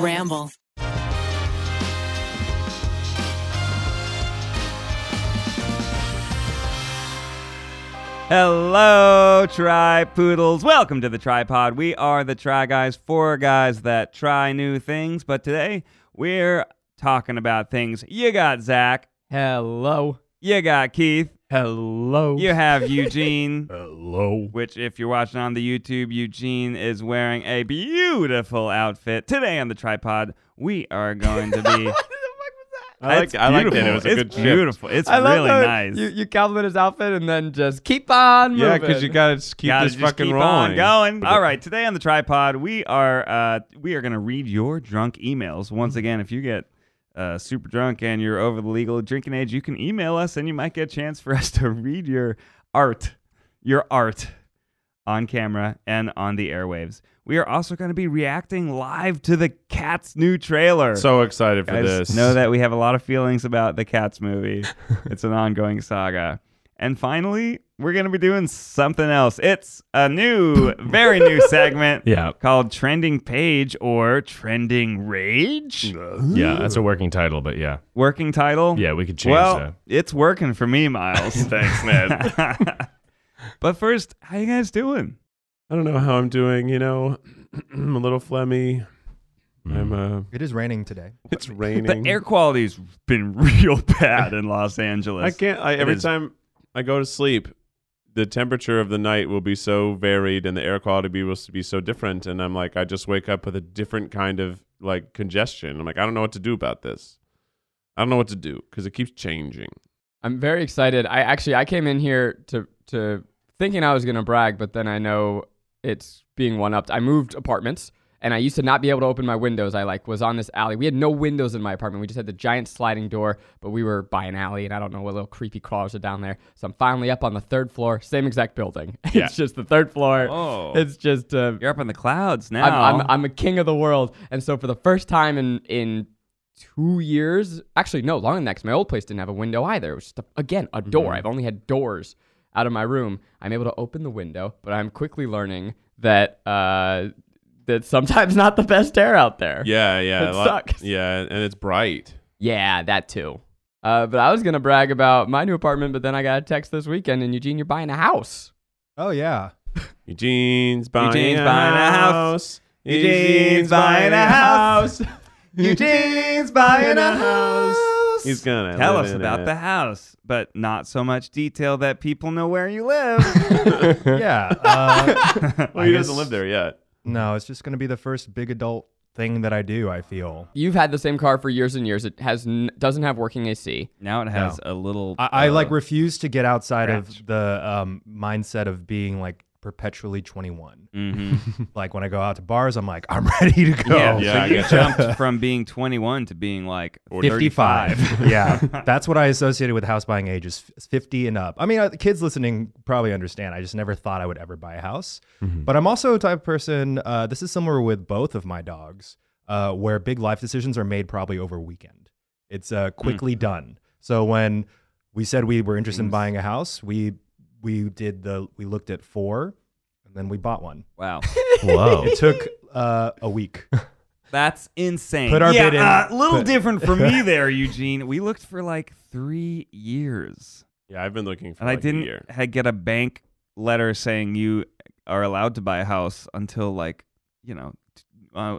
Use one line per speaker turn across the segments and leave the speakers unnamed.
Ramble.
Hello, Tri Poodles. Welcome to the Tripod. We are the Tri Guys, four guys that try new things. But today, we're talking about things. You got Zach,
Hello.
you got Keith,
Hello.
you have Eugene,
Hello.
which, if you're watching on the YouTube, Eugene is wearing a beautiful outfit. Today on the Tripod, we are going to be.
I like,
It's
I like that. It
beautiful.
was a
it's
good shift.
beautiful. It's
I love
really
how
nice.
You, you compliment his outfit and then just keep on moving.
Yeah, because you gotta just keep
Gotta
this
just
fucking
keep
rolling.
on going. All right, today on the tripod, we are uh, we are gonna read your drunk emails once again. If you get uh, super drunk and you're over the legal drinking age, you can email us, and you might get a chance for us to read your art, your art, on camera and on the airwaves. We are also gonna be reacting live to the Cats new trailer.
So excited for
Guys,
this.
know that we have a lot of feelings about the Cats movie. it's an ongoing saga. And finally, we're going to be doing something else. It's a new, very new segment
Yeah.
called Trending Page or Trending Rage.
Yeah, that's a working title, but yeah.
Working title?
Uh-huh. Yeah, we could change
well,
that.
it's working for me, Miles.
Thanks, Ned.
but first, how you guys doing?
I don't know how I'm doing. You know, I'm a little phlegmy.
Mm.
I'm uh,
It is raining today.
it's
The
raining.
air quality's been real bad in Los Angeles.
I can't. I,
It
every
is-
time I go to sleep, the temperature of the night will be so varied, and the air quality be- will be so different. And I'm like, I just wake up with a different kind of like congestion. I'm like, I don't know what to do about this. I don't know what to do because it keeps changing.
I'm very excited. I actually I came in here to to thinking I was gonna brag, but then I know it's being one upped. I moved apartments and I used to not be able to open my windows. I like was on this alley. We had no windows in my apartment. We just had the giant sliding door, but we were by an alley and I don't know what little creepy crawlers are down there. So I'm finally up on the third floor, same exact building.
Yeah.
it's just the third floor.
Oh.
It's just uh,
You're up in the clouds now.
I'm, I'm, I'm a king of the world. And so for the first time in in two years, actually no, longer than that, 'cause my old place didn't have a window either. It was just a, again a door. I've only had doors out of my room. I'm able to open the window, but I'm quickly learning that uh, that's sometimes not the best air out there.
Yeah, yeah.
It
a lot-
sucks.
Yeah, and it's bright.
Yeah, that too. Uh, but I was gonna brag about my new apartment, but then I got a text this weekend, and Eugene, you're buying a house.
Oh yeah.
Eugene's buying,
Eugene's
a,
buying a house.
house.
Eugene's buying a house. Eugene's buying a house.
He's gonna
tell
live
us
in
about
it.
the house, but not so much detail that people know where you live.
Yeah. Uh,
Well, he doesn't
I guess-
live there yet.
no, it's just gonna be the first big adult thing that I do. I feel.
You've had the same car for years and years. It has n- doesn't have working AC.
now it has a little.
I, I
uh,
like refuse to get outside of the um, mindset of being like perpetually 21.
mhm.
Like when I go out to bars, I'm like, I'm ready to go.
Yeah,
yeah,
so
I
you
get that.
jumped from being 21 to being like
55.
35.
yeah, that's what I associated with house buying age is f- 50 and up. I mean, uh, kids listening probably understand. I just never thought I would ever buy a house.
Mm-hmm.
But I'm also a type of person, uh, this is similar with both of my dogs, uh, where big life decisions are made probably over weekend. It's
Mm.
uh, quickly done. So when we said we were interested in buying a house, we we did the we looked at four and then we bought one.
Wow,
Whoa. it took uh, a week.
that's insane.
Put our
yeah,
bid in.
uh, a little
Put-
different for me there, Eugene. We looked for like three years,
Yeah, I've been looking for
and
like
I
a year.
didn't had get a bank letter saying you are allowed to buy a house until like you know t- uh,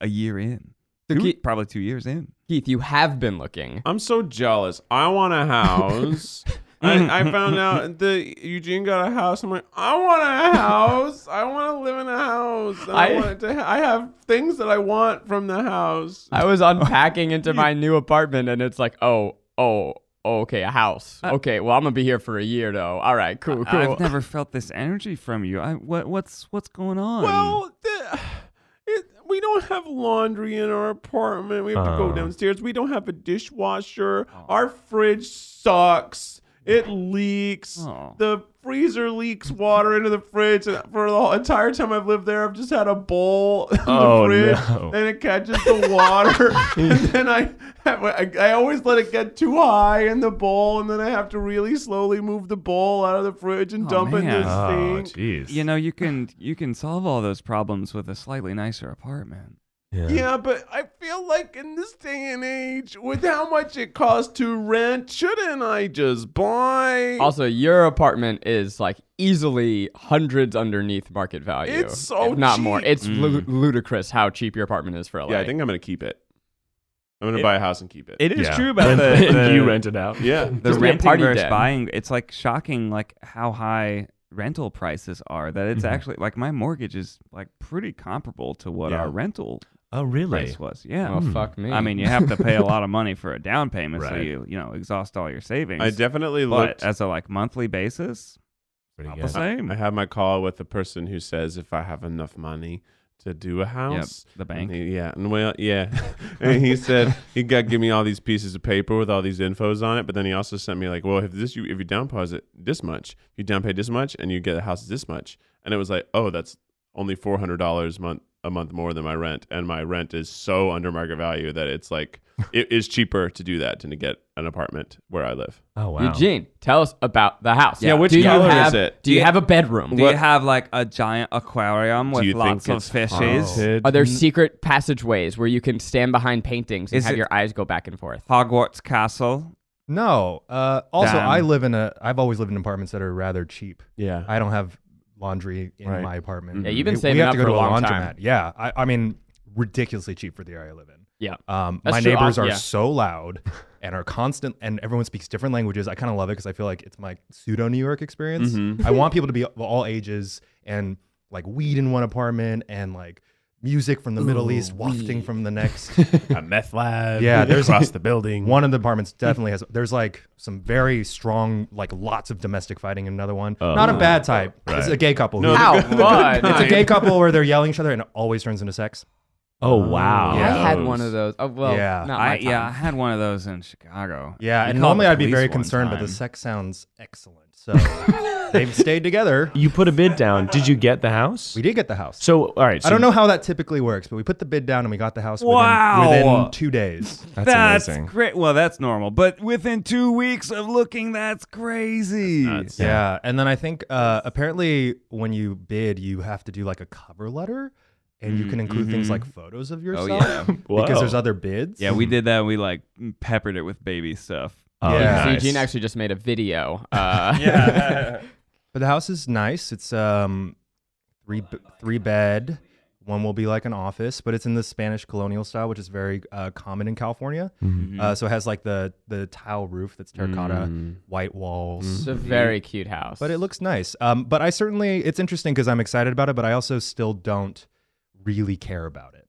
a year in.
So
Two-
Keith-
probably two years in.
Keith, you have been looking.
I'm so jealous. I want a house. I, I found out that Eugene got a house. I'm like, I want a house. I want to live in a house. And I,
I-
want it to. Ha- I have things that I want from the house.
I was unpacking into my new apartment, and it's like, oh, oh, oh, okay, a house. Okay, well, I'm gonna be here for a year, though. All right, cool, cool.
I've never felt this energy from you. I what what's what's going on?
Well, the, it, we don't have laundry in our apartment. We have to
Oh.
go downstairs. We don't have a dishwasher. Our fridge sucks. It leaks.
Oh.
Aw.
The freezer leaks water into the fridge. And for the whole entire time I've lived there, I've just had a bowl in
Oh,
the fridge,
no.
and it catches the water. and then I, I, I always let it get too high in the bowl, and then I have to really slowly move the bowl out of the fridge and
Oh,
dump it
man.
in the
Oh,
sink.
jeez.
you know you can you can solve all those problems with a slightly nicer apartment.
Yeah, but I feel like in this day and age, with how much it costs to rent, shouldn't I just buy?
Also, your apartment is like easily hundreds underneath market value.
It's so
if not more.
cheap.
It's lu- ludicrous how cheap your apartment is for LA.
yeah, I think I'm gonna keep it. I'm gonna buy a house and keep it.
It is
Yeah.
true about the,
And-
the
and you rent it out.
yeah,
the
Just be a
renting
party
versus
dad.
buying. It's like shocking, like how high rental prices are. That it's actually like my mortgage is like pretty comparable to what
Yeah.
our rental
Oh, really?
price was. Yeah.
Hmm.
Oh fuck me.
I mean, you have to pay a lot of money for a down payment, so
Right.
you you know exhaust all your savings.
I definitely
but
looked.
as a like monthly basis, about the same.
I had my call with the person who says if I have enough money to do a house.
the
And
bank.
he- yeah, and well, yeah, and he said he got give me all these pieces of paper with all these infos on it, but then he also sent me like, well, if this you if you down deposit this much, you down pay this much, and you get a house this much, and it was like, oh, that's only four hundred dollars month a month more than my rent, and my rent is so under market value that it's like it is cheaper to do that than to get an apartment where I live.
Oh, wow.
Eugene, tell us about the house.
Yeah, which
do you
color is
have-
it?
Do you have a bedroom?
Do you have like a giant aquarium with
you
lots
think
of
it's Oh.
fishes?
Are there secret passageways where you can stand behind paintings and
Is
have
it-
your eyes go back and forth?
Hogwarts Castle.
No. Uh, also,
Damn.
I live in a. I've always lived in apartments that are rather cheap.
Yeah,
I don't have laundry in
Right.
my apartment.
Yeah, you've been
We-
saving
we have
up
to go
for
to
a long
laundromat.
time.
Yeah, I, I mean, ridiculously cheap for the area I live in.
Yeah.
Um,
That's
my
true.
neighbors
Al-
are
yeah.
so loud and are constant, and everyone speaks different languages. I kind of love it because I feel like it's my pseudo New York experience.
Mm-hmm.
I want people to be of all ages and like weed in one apartment and like music from the Middle East wafting from the next.
a meth lab.
Yeah, there's-
across the building.
one of the apartments definitely has, there's like some very strong, like lots of domestic fighting in another one.
Oh.
Not a bad type. It's a gay couple. who-
How fun.
it's a gay couple where they're yelling at each other and it always turns into sex.
Oh, wow.
I
Yeah.
had one of those. Oh well,
Yeah.
not my
I, yeah, I
time.
had one of those in Chicago.
Yeah,
We
and
called
normally
the
I'd be
police
very
one
concerned, but the
time.
sex sounds excellent. So they've stayed together.
You put a bid down. Did you get the house?
We did get the house.
So, all right. So
I don't know how that typically works, but we put the bid down and we got the house within-
Wow.
within, two days.
That's,
That's,
amazing.
great. Well, that's normal, but within two weeks of looking, that's crazy.
nuts.
yeah. and then I think uh, apparently when you bid, you have to do like a cover letter, and you can include things like photos of yourself
yeah.
because
Whoa.
there's other bids.
yeah, we did that. We like peppered it with baby stuff.
Oh,
Yeah.
So
nice.
Eugene actually just made a video. Uh,
But the house is nice. It's um three b- three bed. One will be like an office, but it's in the Spanish colonial style, which is very uh, common in California. Uh, so it has like the the tile roof that's terracotta, white walls.
It's a very cute house.
But it looks nice. Um, but I certainly it's interesting because I'm excited about it, but I also still don't really care about it.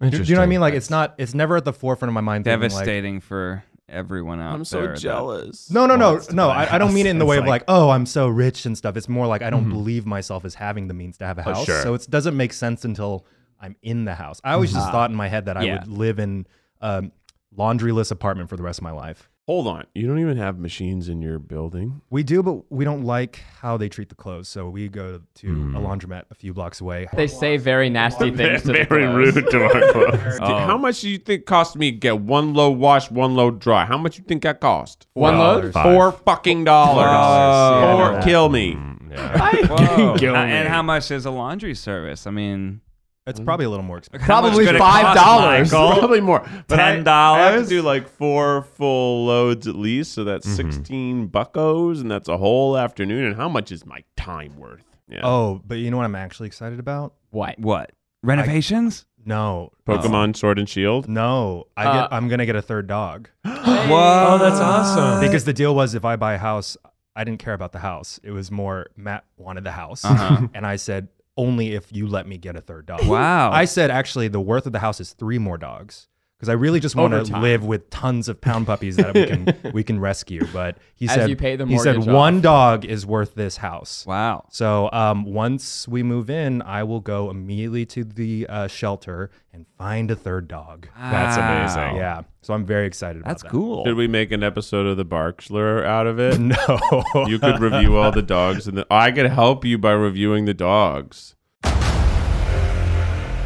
Do, do you know what I mean? Like it's not it's never at the forefront of my mind. thinking, like,
Devastating for everyone out
I'm
there
so
that-
jealous.
No, no, no,
wants to
no.
buy a
I, I don't mean it in the
house.
way
It's
of like, oh, I'm so rich and stuff. It's more like I don't believe myself as having the means to have a house.
sure.
So it doesn't make sense until I'm in the house. I always just thought in my head that I
Yeah.
would live in a laundryless apartment for the rest of my life.
Hold on, you don't even have machines in your building.
We do, but we don't like how they treat the clothes. So we go to a laundromat a few blocks away.
they say very nasty things. To the
Very
clothes.
rude to our clothes.
Dude, How much do you think cost me to get one load wash, one load dry? How much you think that cost?
One load.
Dollars.
Five.
Four fucking dollars.
dollars. Yeah, I know
Or
that.
kill me.
Whoa.
Kill
Uh,
me.
and how much is a laundry service? I mean,
It's probably a little more expensive.
how much
Probably
could it
five
cost,
dollars.
Michael?
Probably more. But I- I, have
$10?
to do like four full loads at least, so that's sixteen buckos, and that's a whole afternoon. And how much is my time worth? Yeah.
Oh, but you know what I'm actually excited about?
What?
What renovations?
No, Um,
Pokemon Sword and Shield.
no. I
Uh,
get, I'm gonna get a third dog.
Whoa,
that's awesome.
because the deal was if I buy a house, I didn't care about the house. It was more Matt wanted the house, and I said only if you let me get a third dog.
Wow.
I said actually the worth of the house is three more dogs because I really just want to
Overtime.
live with tons of pound puppies that we can we can rescue. But he
As
said
you pay the
he said
mortgage
one
off.
dog is worth this house.
wow.
So um, once we move in, I will go immediately to the uh, shelter and find a third dog.
That's amazing.
Yeah, so I'm very excited.
That's
about
cool.
Did we make an episode of the Barkschler out of it?
that. No,
You could review all the dogs, and the, I could help you by reviewing the dogs.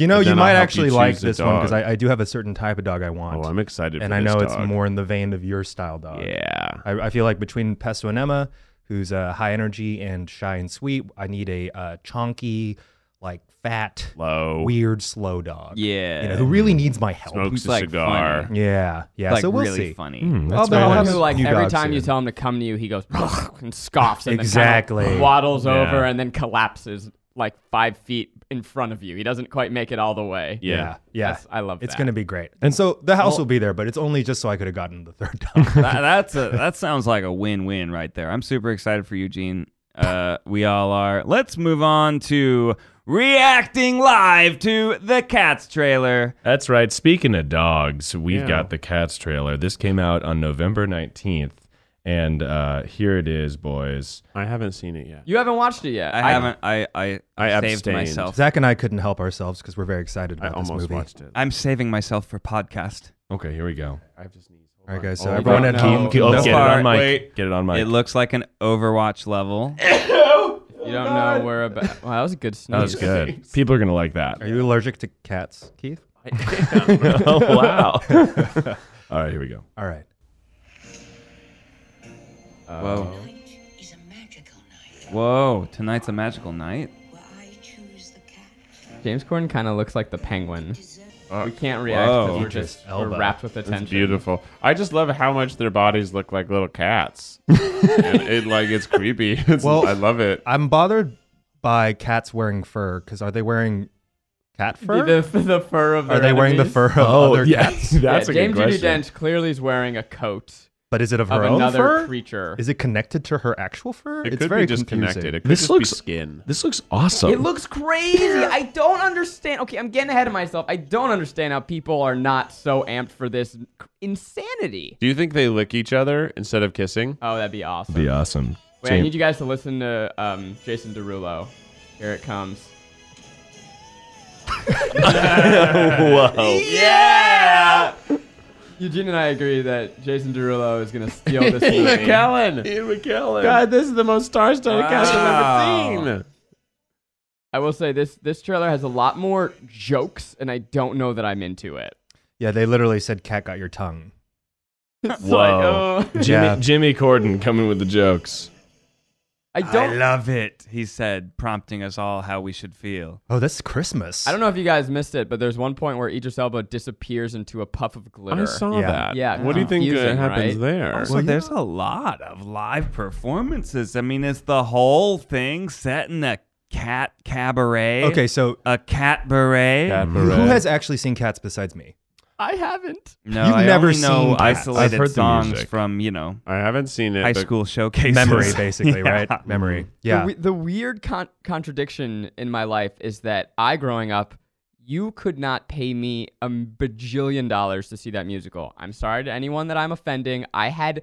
You know,
But
you
then I'll
might
help you
actually
choose
like
a
this one because
dog.
I, I do have a certain type of dog I want.
Oh, I'm excited.
and
for
I
this
know it's
dog.
more in the vein of your style dog.
Yeah.
I, I feel like between Pesto and Emma, who's uh, high energy and shy and sweet, I need a uh, chonky, like fat,
Oh.
Low.
weird, slow dog.
Yeah.
You know, who really needs my help.
smokes a
like
cigar.
funny.
Yeah. Yeah.
like
so we'll
really
see. Hmm.
funny.
Oh, I'll
But I'll
bet
have
it's
him, like
new
every
dog
time you
soon.
tell him to come to you, he goes and scoffs and then kind
Exactly.
of waddles
Yeah.
over and then collapses like five feet in front of you. He doesn't quite make it all the way.
Yeah.
Yeah. Yeah.
That's- I love
It's
that.
going to be great. And so the house will be there, but it's only just so I could have gotten the third dog.
That, that's a, that sounds like a win-win right there. I'm super excited for Eugene. Uh, we all are. Let's move on to reacting live to the Cats trailer.
That's right. Speaking of dogs, we've
Yeah.
got the Cats trailer. This came out on November 19th, and uh, here it is, boys.
I haven't seen it yet.
You haven't watched it yet.
I haven't. I I,
I
saved
abstained.
myself.
Zach and I couldn't help ourselves because we're very excited
I
about this
almost
movie.
watched it.
I'm saving myself for podcast.
Okay, here we go.
I've just sneezed.
All right, guys. So
Oh,
everyone
no.
at
Keep-
home,
Okay, oh,
Thus
get
far-
it on mic.
wait.
Get it on mic.
It looks like an Overwatch level.
You don't know where about. Wow, that was a good sneeze.
that was good. People are gonna like that.
are you allergic to cats, Keith?
oh wow. All right, here we go.
All right.
Whoa,
Night is a magical night
whoa! Tonight's a magical night.
where I choose the cat.
James Corden kind of looks like the penguin.
Uh,
we can't
Whoa.
react because we're
Idris
just we're
Elba.
wrapped with attention.
It's beautiful. I just love how much their bodies look like little cats. and it like it's creepy. It's,
Well,
I love it.
I'm bothered by cats wearing fur because are they wearing cat fur?
The, the, the fur of
are
their
they wearing the
enemies. Oh,
fur of other cats?
Yeah,
that's a
James
good
Judy
question.
Dench clearly is wearing a coat
But is it of her
of
own
another
fur?
creature.
Is it connected to her actual fur?
It
it's
could
very
be just
confusing.
connected. It could
This
just
looks-
be skin.
This looks awesome.
It looks crazy. I don't understand. Okay, I'm getting ahead of myself. I don't understand how people are not so amped for this insanity.
Do you think they lick each other instead of kissing?
Oh, that'd be awesome.
be awesome.
Wait, I
James-
need you guys to listen to um, Jason Derulo. Here it comes.
Whoa.
Yeah. Eugene and I agree that Jason Derulo is gonna steal this movie.
Ian McKellen. God, this is the most star-studded cast I've ever seen.
I will say this: this trailer has a lot more jokes, and I don't know that I'm into it.
Yeah, they literally said cat got your tongue.
Whoa.
oh.
Jimmy,
Yeah.
Jimmy Corden coming with the jokes.
I don't.
I love it. He said, prompting us all how we should feel.
Oh, that's Christmas.
I don't know if you guys missed it, but there's one point where Idris Elba disappears into a puff of glitter.
I saw
Yeah.
that.
Yeah,
What do you think uh,
confusing,
happens
right?
there?
Well, there's a lot of live performances. I mean, it's the whole thing set in a cat cabaret.
Okay, so
a cat beret.
Cat
who
beret.
has actually seen cats besides me?
I haven't.
No,
You've
I
never
only know
seen cats.
I've
isolated
heard the
songs
music.
from you know
I haven't seen it.
high
but
school showcases.
Memory, basically,
Yeah.
right? Memory.
The,
Yeah.
we- the weird con- contradiction in my life is that I, growing up, you could not pay me a bajillion dollars to see that musical. I'm sorry to anyone that I'm offending. I had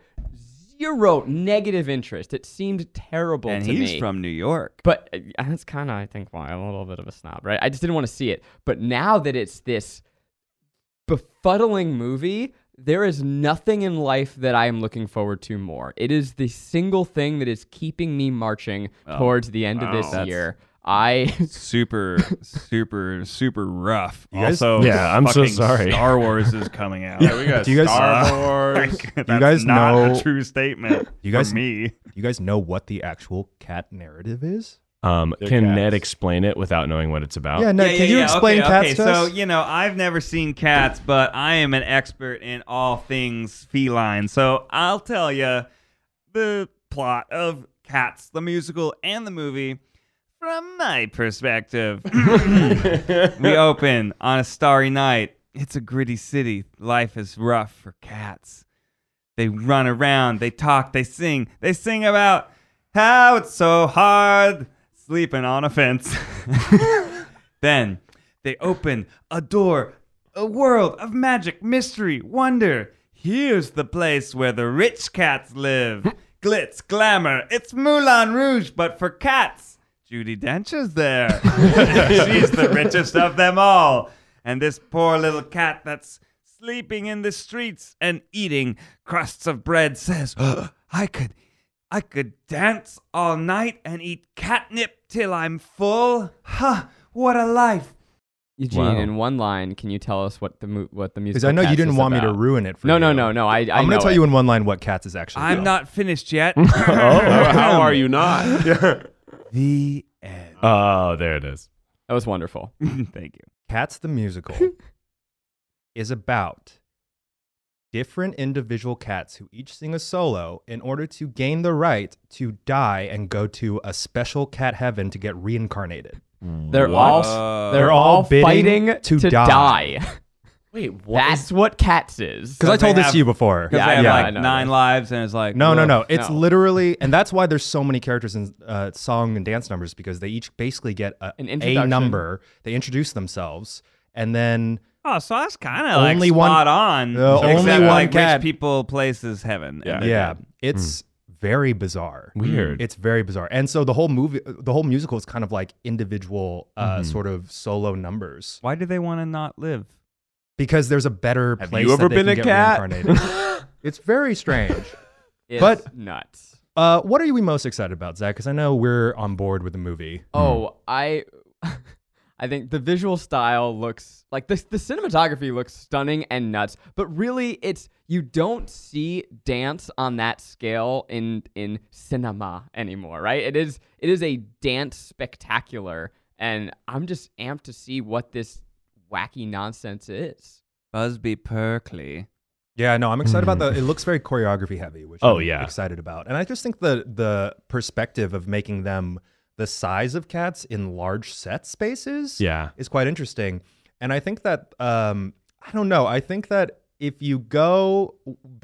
zero negative interest. It seemed terrible
And
to
he's
me.
from New York.
But uh, that's kind of, I think, why I'm a little bit of a snob, right? I just didn't want to see it. But now that it's this befuddling movie, there is nothing in life that I am looking forward to more. It is the single thing that is keeping me marching towards the end of
wow.
this
That's-
year. I
Super, super, super rough.
guys-
also,
Yeah, I'm so
fucking
sorry.
Star Wars is coming out.
Yeah, we got
Do you guys-
Star Wars.
That's
guys
not
know-
a true statement.
You guys-
for me.
you guys know what the actual cat narrative is?
Um,
They're
can Ned
cats.
explain it without knowing what it's
Oh.
about?
Yeah, Ned, uh, can you explain
okay,
cats
okay.
to
so
us?
you know i've never seen cats but i am an expert in all things feline so i'll tell you the plot of cats the musical and the movie from my perspective we open on a starry night it's a gritty city life is rough for cats they run around, they talk, they sing. They sing about how it's so hard sleeping on a fence. then they open a door, a world of magic, mystery, wonder. Here's the place where the rich cats live. Glitz, glamour, it's Moulin Rouge, but for cats. Judy Dench is there. She's the richest of them all. And this poor little cat that's sleeping in the streets and eating crusts of bread says, I could I could dance all night and eat catnip till I'm full. Ha! What a life!
Eugene,
Wow.
in one line, can you tell us what the mu- what the music?
Because I know you didn't want me to ruin it for
No,
you.
no, no, no. I, I
I'm
know
gonna tell
it.
you in one line what Cats is actually.
I'm
about.
not finished yet.
Oh.
How how are you not?
The end.
Oh, there it is.
That was wonderful.
Thank you.
Cats the musical is about different individual cats who each sing a solo in order to gain the right to die and go to a special cat heaven to get reincarnated.
They're
Uh,
all they're,
They're all
all
bidding
fighting
to
to,
die.
die.
Wait, what?
That's what cats is.
Because I told
they
this
have-
to you before.
Because
Yeah,
they
I
have
know, I
like
know,
nine
right?
lives, and it's like
No, no,
woof.
no. It's
No.
literally, and that's why there's so many characters in uh, song and dance numbers because they each basically get a,
An
a
introduction.
number. They introduce themselves, and then
Oh, so that's kind of like
Only one-
spot on.
The
except
only one
like
cat-
rich people, places, heaven.
Yeah.
And
yeah, it's very bizarre.
Weird.
It's very bizarre. And so the whole movie, the whole musical is kind of like individual uh, sort of solo numbers
Why do they want to not live?
because there's a better
Have
place.
you ever
that they
been
can
a
get
cat?
reincarnated. it's very strange.
It's
But-
nuts.
Uh, what are you most excited about, Zach? Because I know we're on board with the movie.
Oh, I I think the visual style looks like the the cinematography looks stunning and nuts, but really it's you don't see dance on that scale in in cinema anymore, right? It is it is a dance spectacular and I'm just amped to see what this wacky nonsense is.
Busby Perkley.
Yeah, no, I'm excited about the. It looks very choreography heavy, which
Mm-hmm. Oh,
I'm
yeah.
excited about. And I just think the the perspective of making them the size of cats in large set spaces.
Yeah.
is quite interesting. And I think that um, I don't know. I think that if you go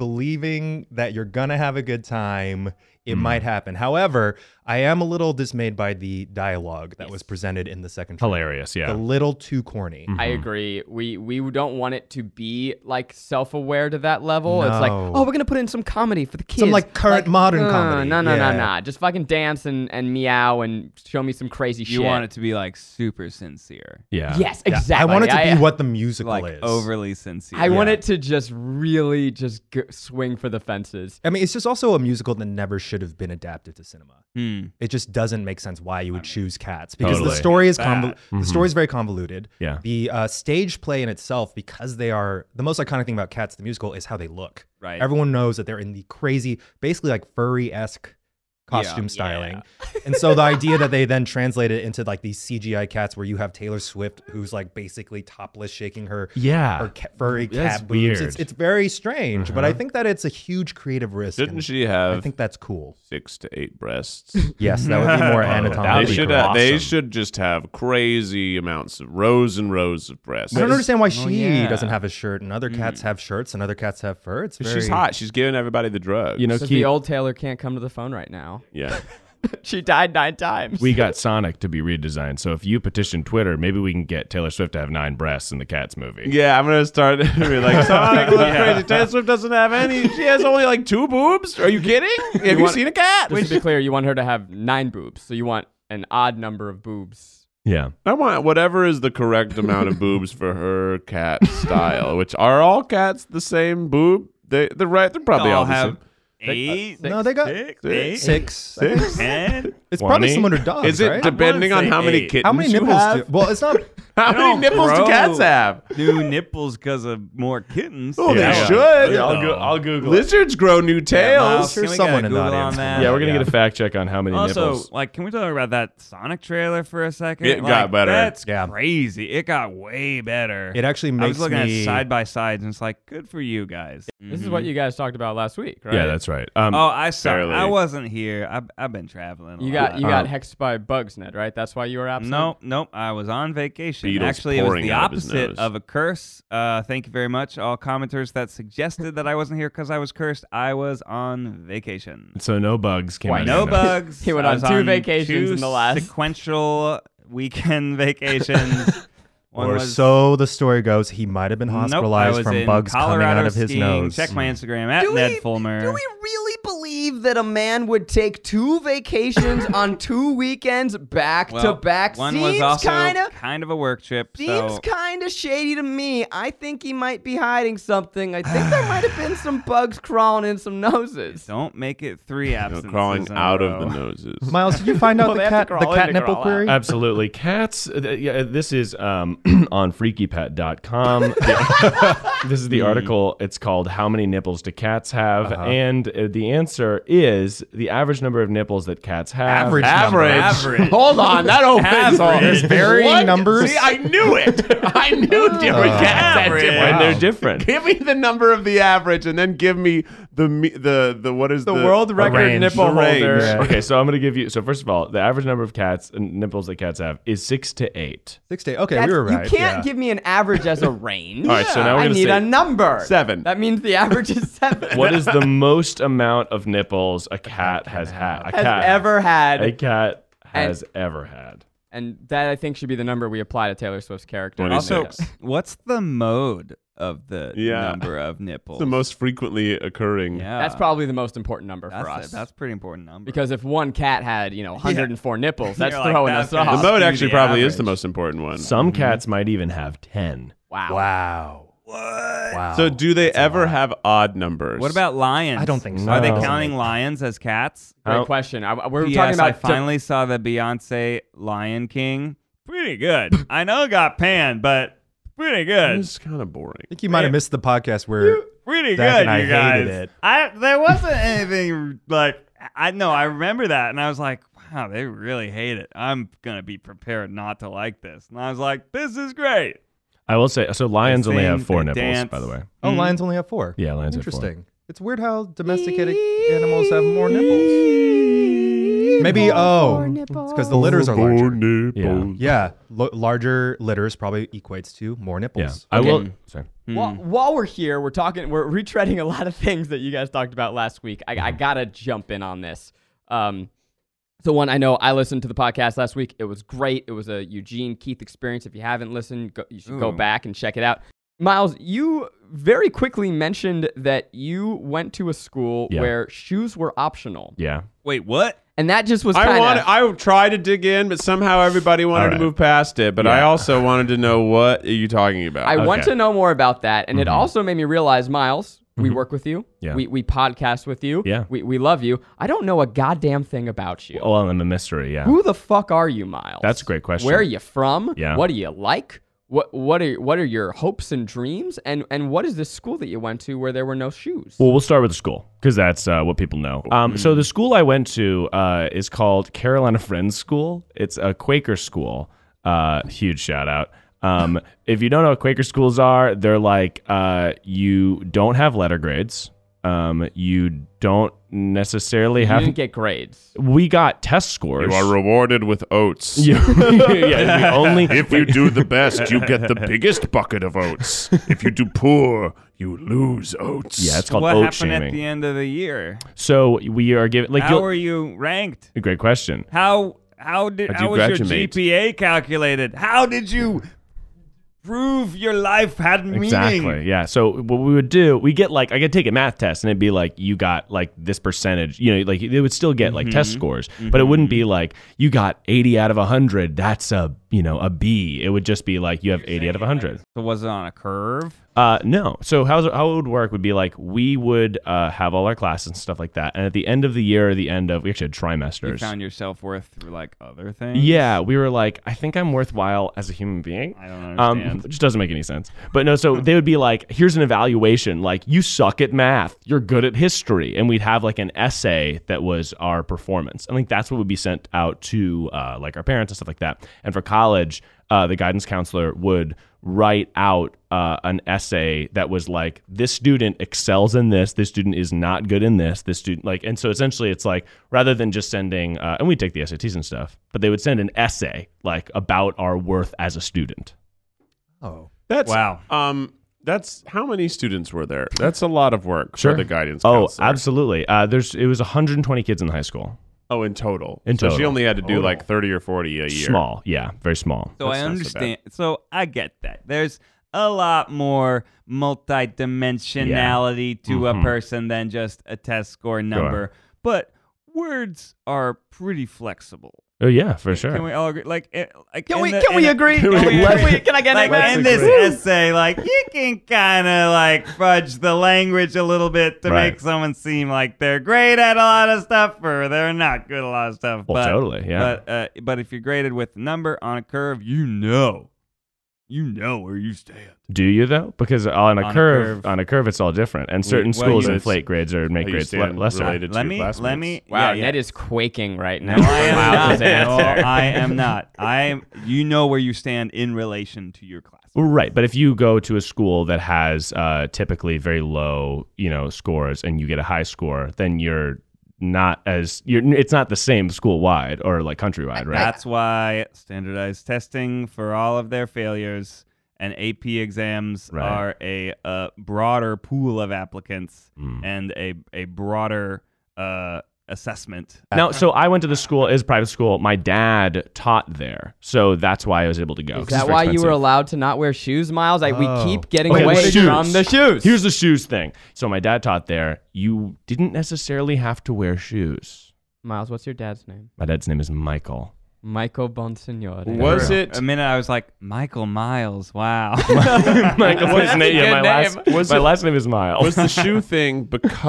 believing that you're gonna have a good time, it
Mm-hmm.
might happen. However, I am a little dismayed by the dialogue that was presented in the second. trailer.
Hilarious. Yeah. Mm-hmm.
A little too corny.
I agree. We we don't want it to be like self-aware to that level. It's like,
No.
oh, we're gonna put in some comedy for the kids,
Some, like, current modern
uh,
comedy.
No, no,
Yeah.
no, no. Just fucking dance and, and meow and show me some crazy shit.
You want it to be like super sincere,
yeah.
Yes,
Yeah,
exactly.
I want it to be what the musical
like
is.
overly sincere.
I want it to just really just g- swing for the fences.
I mean, it's just also a musical that never should have been adapted to cinema.
Hmm.
It just doesn't make sense why you would choose Cats because the
Totally.
story is convol- the story is very convoluted.
Yeah.
The uh, stage play in itself, because they are the most iconic thing about Cats the musical is how they look.
Right.
Everyone knows that they're in the crazy, basically like furry esque costume
Yeah.
styling, and so the idea that they then translate it into like these CGI cats where you have Taylor Swift who's like basically topless shaking her
Yeah.
Ah,
her ca- furry
That's
cat boobs. It's,
weird.
it's very strange, but I think that it's a huge creative risk.
Didn't
and
she
I
have
think that's cool.
six to eight breasts?
Yes, that would be more anatomically
They
That'd be
should,
correct.
have, they
awesome.
should just have crazy amounts of rows and rows of breasts.
I don't understand why she
yeah.
doesn't have a shirt and other cats have shirts and other cats have fur. It's very
She's hot. She's giving everybody the drug.
You know,
Because the
Keith,
old Taylor can't come to the phone right now.
yeah.
she died nine times.
we got Sonic to be redesigned. So if you petition Twitter, maybe we can get Taylor Swift to have nine breasts in the Cats movie.
Yeah, I'm gonna start be like Sonic looks crazy. Taylor Swift doesn't have any. She has only like two boobs. Are you kidding? Have you,
want-
seen a cat?
just to be clear, you want her to have nine boobs, so you want an odd number of boobs.
Yeah.
I want whatever is the correct amount of boobs for her cat style. Which are all cats the same boob? They they're right. They're
They
probably
all
all, the
have
same.
eight,
No, they got
six,
six,
eight,
six.
Six?
ten.
It's probably
20?
similar to dogs,
Is it
right?
depending on
say
how many
eight.
kittens
How many
you
nipples?
have?
Do, well, it's not.
How many
don't
nipples
grow.
do cats have?
New nipples because of more kittens.
Oh,
Yeah.
they
Yeah.
should.
I'll, go- I'll Google it.
Lizards grow new
Miles,
tails.
can
Sure
we get
someone
a
in the
Google
audience
on
can-
that?
Yeah, we're gonna
Yeah.
get a fact check on how many
Also,
nipples.
like, can we talk about that Sonic trailer for a second?
It
Like,
got better.
That's
Yeah.
crazy. It got way better.
It actually
I
makes
was looking
me.
at side by sides, and it's like, good for you guys.
Mm.
This is
Mm-hmm.
what you guys talked about last week, right?
Yeah, that's right. Um,
Oh, I sorry,
Barely.
I wasn't here. I've, I've been traveling. A lot.
You got you got hexed by bugs, Ned, right? That's why you were absent.
Oh, Nope, nope. I was on vacation.
Beetles
Actually, it was
pouring
the
out of his
opposite
nose.
of a curse. Uh, thank you very much, all commenters that suggested that I wasn't here because I was cursed. I was on vacation.
so no bugs came out. of
No
your nose.
bugs.
He went
I
on
was
two vacations
two
in the last-
sequential weekend vacations. One
Or
was-
so the story goes. He might have been
Nope, I
hospitalized
was
from
in
bugs
Colorado
coming out of his
skiing.
nose. Mm.
Check my Instagram at
Do
Ned
we-
Fulmer.
Do we really believe that a man would take two vacations on two weekends back
Well,
to back?
One
Seems
was also
kind of
kind of a work trip.
seems
so
kind of shady to me. I think he might be hiding something. I think there might have been some bugs crawling in some noses.
don't make it three absences.
crawling
in a
out
row.
of the noses.
Miles, did you find out
Well, they
the
have to
cat the
crawl in
cat
to
nipple
crawl out.
query?
Absolutely. Cats, th- yeah, this is um, on freakypet.com. this is the article. It's called How Many Nipples Do Cats Have? And uh, the answer is the average number of nipples that cats have.
Average
Average.
number.
Hold on, that opens
There's varying numbers.
knew it. I knew different cats had different.
And they're different.
Give me the number of the average, and then give me the me- the the what is the,
range. The range. Yeah.
okay, so I'm going to give you. So, first of all, the average number of cats, nipples that cats have is six to eight.
Six to eight. Okay,
That's-
we were right.
You can't
yeah.
give me an average as a range.
All right, so now we're
I
gonna
need
say
a number.
seven.
That means the average is seven.
What is the most amount of nipples a cat has had? A
has
cat
ever had?
a cat
And-
has ever had.
and that I think should be the number we apply to Taylor Swift's character.
Also, what's the mode of the
Yeah.
number of nipples?
It's the most frequently occurring.
Yeah,
that's probably the most important number
Uh, that's
for
a-
us.
that's a pretty important number.
because if one cat had, you know, 104 nipples, that's
You're like,
throwing
that's
us off.
gonna-
The mode
Skew
actually
the
probably is
average.
the most important one.
Some cats might even have 10.
wow.
Wow. What? Wow.
so, do they ever have odd numbers?
what about lions?
I don't think so.
Are they
No.
counting lions as cats?
Great
How-
question. I, we're
P.S.
talking about
I finally saw the Beyonce Lion King. Pretty good. I know it got panned, but pretty good.
It's kind of boring.
I think you might have missed the podcast where
Pretty
Zach
good,
and I
you guys.
hated it.
I there wasn't anything like I know I remember that, and I was like, wow, they really hate it. I'm gonna be prepared not to like this, and I was like, this is great.
I will say, so lions only
sing,
have four
they
nipples,
dance.
by the way.
oh, lions only have four.
Mm-hmm. Yeah, lions have four.
Interesting. It's weird how domesticated animals have more nipples. Maybe oh, because the litters are larger.
Yeah.
Yeah, lo- larger litters probably equates to more
Yeah.
nipples.
I will. Sorry.
While, while we're here, we're talking, we're retreading a lot of things that you guys talked about last week. I, I gotta jump in on this. Um, so one, I know I listened to the podcast last week. It was great. It was a Eugene Keith experience. If you haven't listened, go, you should go
Ooh.
back and check it out. Miles, you very quickly mentioned that you went to a school
Yeah.
where shoes were optional,
Yeah.
Wait, what?
and that just was
I
kinda-
want. I tried to dig in, but somehow everybody wanted
All
to
right.
move past it. But I
Yeah.
also wanted to know what are you talking about.
I want
Okay.
to know more about that. And it
Mm-hmm.
also made me realize, Miles, we work with you.
Yeah.
We, we podcast with you.
Yeah.
We, we love you. I don't know a goddamn thing about you.
Oh,
Well, I'm a mystery. Yeah.
Who the fuck are you, Miles?
That's a great question.
Where are you from?
Yeah.
What do you like? What what are what are your hopes and dreams? And and what is this school that you went to where there were no shoes?
Well, we'll start with the school because that's uh, what people know. Um, so the school I went to uh, is called Carolina Friends School. It's a Quaker school. Uh, huge shout out. Um, if you don't know what Quaker schools are, they're like uh, you don't have letter grades. Um, you don't necessarily
you
have.
didn't get grades.
we got test scores.
You are rewarded with oats.
yeah, we only
If you do the best, you get the biggest bucket of oats. If you do poor, you lose oats.
Yeah, it's called
what
oat
happened
shaming.
at the end of the year?
So we are given like
How
you'll,
were you ranked?
great question.
How how did
How'd
how
you
was
graduate?
your GPA calculated? How did you prove your life had meaning?
Exactly. Yeah. So what we would do, we get like I could take a math test and it'd be like you got like this percentage. You know, like it would still get like
Mm-hmm.
test scores, but it wouldn't be like you got 80 out of 100. That's a, you know, a B. It would just be like you have 80 out of 100.
So was it on a curve?
Uh, no. So how's, how it would work would be like we would uh, have all our classes and stuff like that, and at the end of the year, or the end of we actually had
You
trimesters.
found your self worth through like other things.
yeah, we were like, I think I'm worthwhile as a human being.
I don't
Um,
understand.
it just doesn't make any sense. But no, so they would be like, here's an evaluation. Like, you suck at math. You're good at history. And we'd have like an essay that was our performance. I think that's what would be sent out to uh, like our parents and stuff like that. And for college, uh, the guidance counselor would write out uh, an essay that was like, this student excels in this. This student is not good in this. This student, like, and so essentially it's like, rather than just sending, uh, and we take the SATs and stuff, but they would send an essay like about our worth as a student.
Oh,
That's
Wow.
Um, that's how many students were there? That's a lot of work
Sure.
for the guidance.
Oh,
counselor.
absolutely. Uh, there's it was 120 kids in high school.
Oh, in total.
In
so she
total.
only had to do like thirty or forty a year.
Small, yeah, very small.
So I
That's not so bad.
understand. So I get that. There's a lot more multidimensionality to a
Mhm.
person than just a test score number. But words are pretty flexible.
Oh yeah, for sure.
Can we all agree? Like, eh, like
Can
in
we?
the-
Can
in
we
the-
agree? Can we? Can we- can I get
like
it?
in this essay, like you can kind of like fudge the language a little bit to
Right.
make someone seem like they're great at a lot of stuff or they're not good at a lot of stuff.
Well,
but,
totally, yeah.
But uh, but if you're graded with a number on a curve, you know, you know where you stand.
Do you though? Because on a
On a
curve,
curve.
on a curve, it's all different, and certain
well,
schools
you-
inflate grades or make
How you
grades le-
stand
lesser.
related to
Let
your
me let
classmates.
me.
Wow,
yeah, yeah.
Ned is quaking right now.
No, I am
wow,
not.
his answer.
No, I am not. I am. You know where you stand in relation to your class.
Right, but if you go to a school that has uh, typically very low, you know, scores, and you get a high score, then you're not as you're. It's not the same school wide or like countrywide, right?
That's why standardized testing for all of their failures and AP exams
Right.
are a uh, broader pool of applicants
Mm.
and a a broader uh, assessment.
No, so I went to the school is private school. My dad taught there, so that's why I was able to go.
Is
'cause it's
that
very
why you were
expensive.
allowed to not wear shoes, Miles? Like we keep getting
Okay,
away
the
from the shoes.
Here's the shoes thing. So my dad taught there. You didn't necessarily have to wear shoes.
Miles, what's your dad's name?
My dad's name is Michael.
Michael Bonsignore.
Was it?
A minute, I was like, Michael Miles. Wow.
Michael
That's a good
my
name.
last my last name is Miles.
was the shoe thing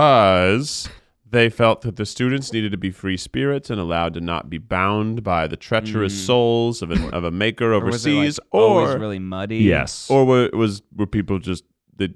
because they felt that the students needed to be free spirits and allowed to not be bound by the treacherous souls of, an, of a maker
Or was it,
overseas,
like, always
or
really muddy.
yes.
or were, was were people just that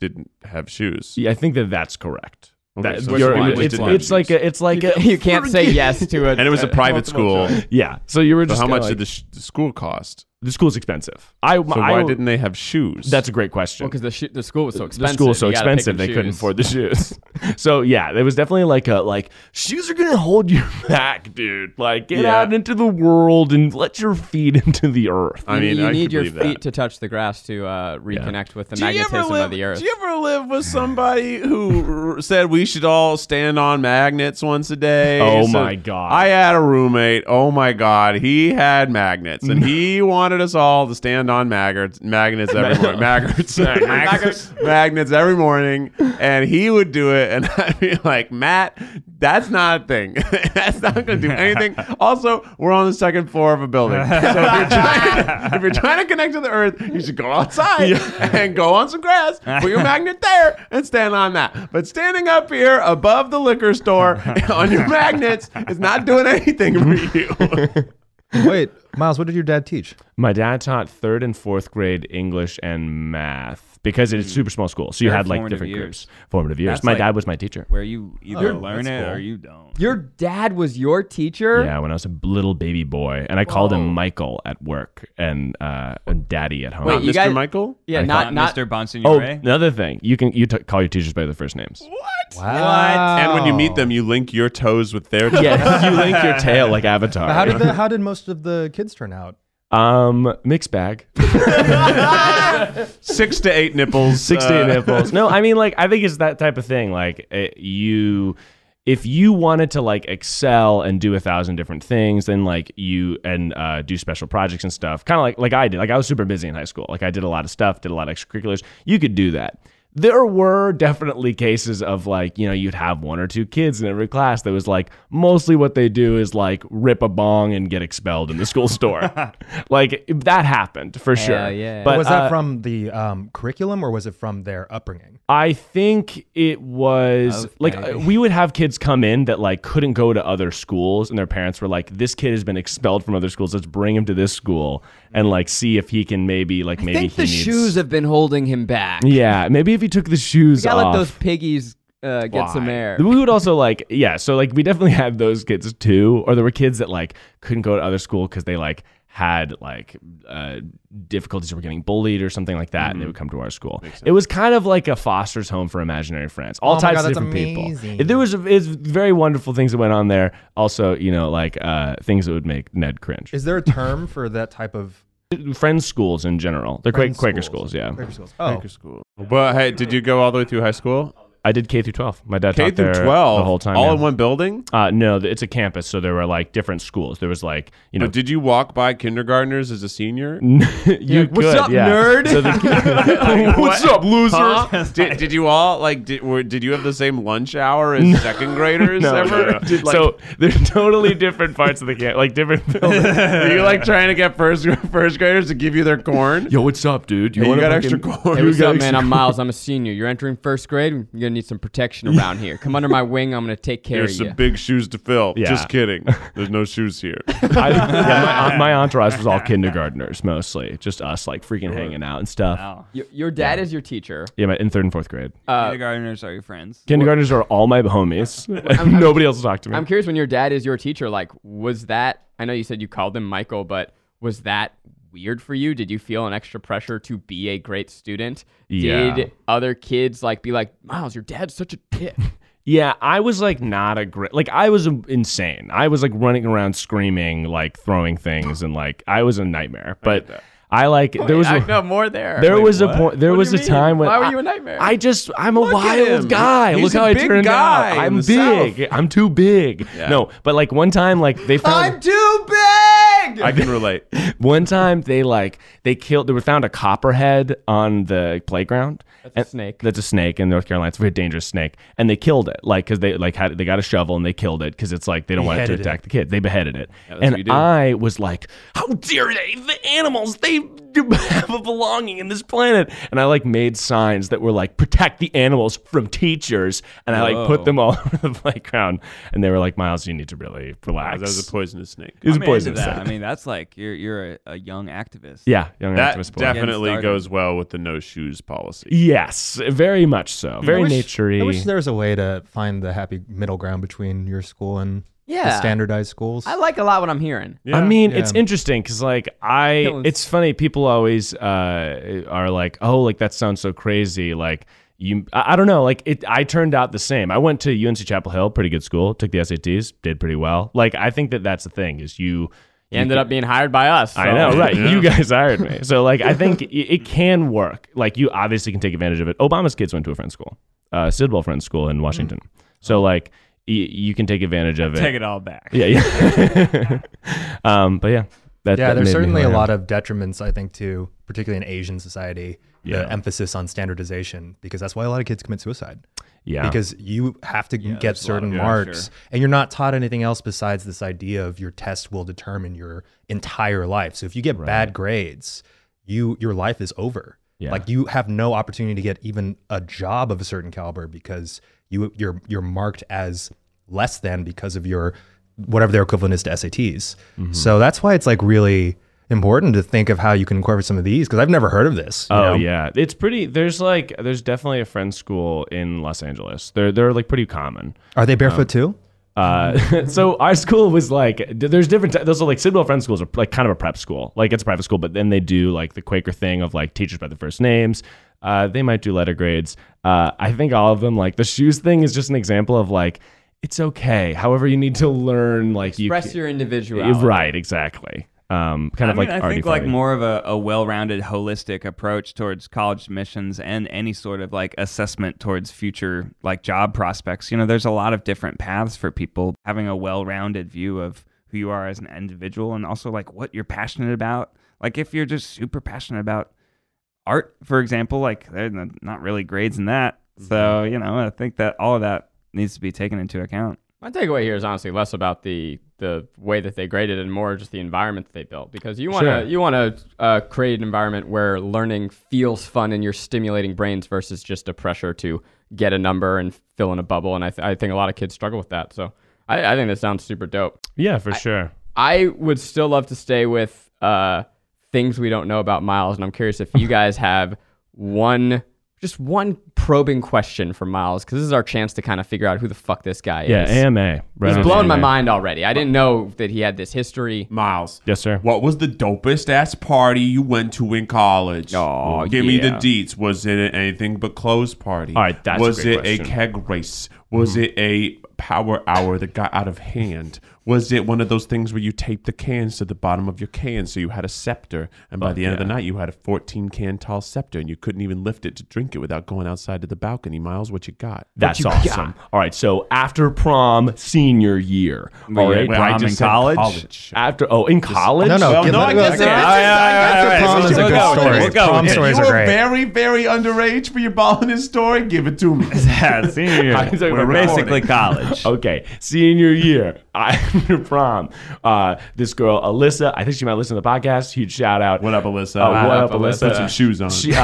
didn't have shoes?
Yeah, I think that that's correct.
Okay,
That-
so
you're-
it's fine.
it's,
It didn't have
it's like
shoes.
a, it's like
You,
a,
ca- you can't say yes to it.
And it was a private school.
yeah. So you were
So
uh, just
how
kinda
much
like,
did the, sh- the school cost?
the school's expensive. I
So why didn't they have shoes?
That's a great question.
Well, because the, sho- the school was so
the
expensive.
school was so
you gotta pick
expensive
and
they couldn't
choose.
afford the shoes. so yeah, there was definitely like a like shoes are gonna hold you back, dude. Like get
Yeah.
out into the world and let your feet into the earth.
I
You-
mean,
you
I
need
could
your
believe
feet
that.
to touch the grass to uh, reconnect with the
Do you ever
magnetism
live-
of the earth.
Do you ever live with somebody who r- said we should all stand on magnets once a day?
Oh my God.
I had a roommate. Oh my god, he had magnets, and he wanted us all to stand on magnets, magnets every morning, magnets, magnets, magnets every morning, and he would do it, and I'd be like, Matt, that's not a thing. that's not going to do anything. Also, we're on the second floor of a building, so if you're trying to, if you're trying to connect to the earth, you should go outside and go on some grass, put your magnet there, and stand on that. But standing up here above the liquor store on your magnets is not doing anything for you.
Wait, Miles, what did your dad teach?
My dad taught third and fourth grade English and math because it's a super small school. So you
Very
had like
formative
different
years.
groups. Formative years.
That's
my
like-
dad was my teacher.
Where you either learn it or you don't.
Your dad was your teacher?
Yeah, when I was a little baby boy, and I called him Michael at work and uh, and Daddy at home.
Wait, you
Mr.
guys-
Michael?
Yeah, not, not
Mr. Bonsignore.
oh, another thing, you can you t- call your teachers by their first names.
Wow.
And when you meet them, you link your toes with their toes.
Yeah, you link your tail like Avatar.
How did the, how did most of the kids turn out?
um mixed bag?
Six to eight nipples. uh,
Six to eight nipples. No, I mean like I think it's that type of thing. Like it, you, if you wanted to like excel and do a thousand different things, then like you and uh, do special projects and stuff. Kind of like like I did. Like I was super busy in high school. Like I did a lot of stuff, did a lot of extracurriculars. You could do that. There were definitely cases of like, you know, you'd have one or two kids in every class that was like, mostly what they do is like rip a bong and get expelled in the school store. like that happened for sure.
yeah.
But
was that
uh,
from the um, curriculum or was it from their upbringing?
I think it was
Both,
like
maybe.
uh, we would have kids come in that like couldn't go to other schools, and their parents were like, "This kid has been expelled from other schools. Let's bring him to this school and like see if he can maybe like
I
maybe
think
he
the
needs."
shoes have been holding him back.
yeah, maybe if he took the
You
shoes
gotta
off.
let those piggies uh, get some air.
We would also like, yeah. So like, we definitely had those kids too, or there were kids that like couldn't go to other school because they like had like uh, difficulties or were getting bullied or something like that, and they would come to our school. It was kind of like a foster's home for imaginary friends, all
Oh my
types
God,
of
that's
different
amazing.
people. There was it's very wonderful things that went on there. Also, you know, like uh, things that would make Ned cringe.
Is there a term for that type of
Friends schools in general, they're Quaker,
Friends
Quaker schools,
schools.
yeah.
Quaker schools? Oh,
But hey, did you go all the way through high school?
I did K through 12. My dad
K
taught
through
there
12,
the whole time.
all
yeah.
in one building.
Uh, no, th- it's a campus, so there were like different schools. There was like you know.
But did you walk by kindergartners as a senior?
you
What's
could,
up,
yeah.
nerd?
So the- What's up, losers?
Huh? did, did you all like? Did, were, did you have the same lunch hour as second graders
No,
ever?
no, no.
Did, like,
so they're totally different parts of the camp, like different buildings.
were you like trying to get first first graders to give you their corn?
Yo, what's up, dude?
Hey, you
wanna
got
fucking-
extra corn?
Hey, what's
got
up, man?
extra-
I'm Miles. I'm a senior. You're entering first grade. You're gonna need some protection around here. Come under my wing. I'm gonna take care
There's
of
some
you.
big shoes to fill.
Yeah.
Just kidding. There's no shoes here.
I, yeah, my, my entourage was all kindergartners mostly, just us like freaking hanging out and stuff.
Wow.
Your, your dad is your teacher.
Yeah, my, in third and fourth grade.
Uh,
Kindergartners are your friends.
Kindergartners are all my homies. Nobody else will talk to me.
I'm curious when your dad is your teacher. Like, was that? I know you said you called him Michael, but was that weird for you? Did you feel an extra pressure to be a great student?
Yeah.
Did other kids like be like, Miles, your dad's such a dick?
Yeah, I was like not a great. Like I was um, insane. I was like running around screaming, like throwing things, and like I was a nightmare. But I, like there was.
I
a-
know more there.
There
Wait,
was
what?
a point. There
What do
was
you
a
mean?
time when
Why were
I-
you a nightmare?
I just I'm a
Look at
wild
him.
guy.
He's
Look
a
how I
big
turned
guy
out.
in
I'm
the South.
big. I'm too big. No, but like one time, like they found
too big.
I can relate.
one time they like they killed. They were found a copperhead on the playground. That's
a snake.
That's a snake in North Carolina. It's a very dangerous snake, and they killed it. Like because they like had they got a shovel and they killed it because it's like they don't want it to
Beheaded it.
attack the kid. They beheaded it,
that's what you
and
do.
I was like, "How dare they? The animals they do have a belonging in this planet." And I like made signs that were like, "Protect the animals from teachers," and I like put them all over the playground, and they were like, "Miles, you need to really relax."
That was a poisonous snake.
It was
I'm
a
into
poisonous
that.
snake.
I mean, that's like you're you're a, a young activist.
Yeah, young
That
activist boy.
definitely
Getting started.
goes well with the no shoes policy.
Yes, very much so. Very
wish-
naturey.
Hmm. I wish there was a way to find the happy middle ground between your school and the
Yeah.
standardized schools.
I like a lot what I'm hearing.
I mean, it's
Yeah.
interesting because, like, I,
was-
it's funny. People always uh, are like, "Oh, like that sounds so crazy." Like you, I, I don't know. Like it, I turned out the same. I went to UNC Chapel Hill, pretty good school. Took the SATs, did pretty well. Like I think that that's the thing is you.
You ended up being hired by us.
I
so-
know, right? You guys hired me, so like I think it, it can work. Like you obviously can take advantage of it. Obama's kids went to a friend's school, uh, Sidwell Friends School
Hmm.
in Washington. So like y- you can take advantage of it.
Take it all back.
Yeah, yeah. um, but yeah, that,
yeah,
that
there's
made me
certainly a
laugh.
lot of detriments, I think, to particularly in Asian society,
Yeah.
the emphasis on standardization, because that's why a lot of kids commit suicide.
yeah.
Because you have to get
there's a lot
certain
of- yeah,
marks,
sure.
and you're not taught anything else besides this idea of your test will determine your entire life. So if you get bad grades, you your life is over.
Yeah.
Like you have no opportunity to get even a job of a certain caliber because you you're you're marked as less than because of your whatever their equivalent is to SATs. So that's why it's like really important to think of how you can incorporate some of these because I've never heard of this. you
oh
know?
yeah, it's pretty. There's like there's definitely a friend's school in Los Angeles. They're they're like pretty common.
Are they barefoot too?
Uh, so our school was like d- there's different. T- those are like Sidwell Friends schools are like kind of a prep school. Like it's a private school, but then they do like the Quaker thing of like teachers by their first names. Uh, they might do letter grades. Uh, I think all of them like the shoes thing is just an example of like it's okay. However, you need to learn like you
Express
ca-
your
Yeah,
individuality.
Right, exactly. Um, kind
I
of
mean,
like
I
arty
think like
farty.
more of a, a well-rounded, holistic approach towards college admissions and any sort of like assessment towards future like job prospects. You know, there's a lot of different paths for people. Having a well-rounded view of who you are as an individual and also like what you're passionate about. Like if you're just super passionate about art, for example, like they're n- not really grades in that. So
Mm-hmm.
you know, I think that all of that needs to be taken into account.
My takeaway here is honestly less about the the way that they graded and more just the environment that they built because you want to
Sure.
you want to uh, create an environment where learning feels fun and you're stimulating brains versus just a pressure to get a number and fill in a bubble and I, th- I think a lot of kids struggle with that so I, I think that sounds super dope
Yeah, for sure.
I would still love to stay with uh, things we don't know about Miles, and I'm curious if you guys have one, just one probing question for Miles, because this is our chance to kind of figure out who the fuck this guy
Yeah,
is.
AMA. Right
He's
on
blown my
AMA.
mind already. I didn't know that he had this history.
Miles.
Yes, sir.
What was the dopest ass party you went to in college?
Aw,
give me the
yeah.
deets. Was it anything but clothes party?
Oh, All right, that's a
was
great Mm-hmm.
it a
question.
keg race? Was it a power hour that got out of hand? Was it one of those things where you taped the cans to the bottom of your can so you had a scepter, and by the end of the night you had a 14 can tall scepter, and you couldn't even lift it to drink it without going outside to the balcony? Miles, what you got?
That's awesome. All right, so after prom senior year. All right.
Prom in
said
college?
After oh, in college?
No, no,
Well,
give
no,
it-
I guess
okay.
it-
All right, all right, all right,
Prom
so
is a
we'll
good
go with
story.
it.
We'll
go
Prom
with it.
stories
you
are
were
great.
very, very underage for your ball in this story. Give it to me.
Yeah, senior year.
I'm sorry,
We're
we're
basically college.
Okay, senior year after prom, uh, this girl Alyssa, I think she might listen to the podcast. Huge shout out.
What up, Alyssa?
Uh, what up, Alyssa?
Put some shoes on.
She,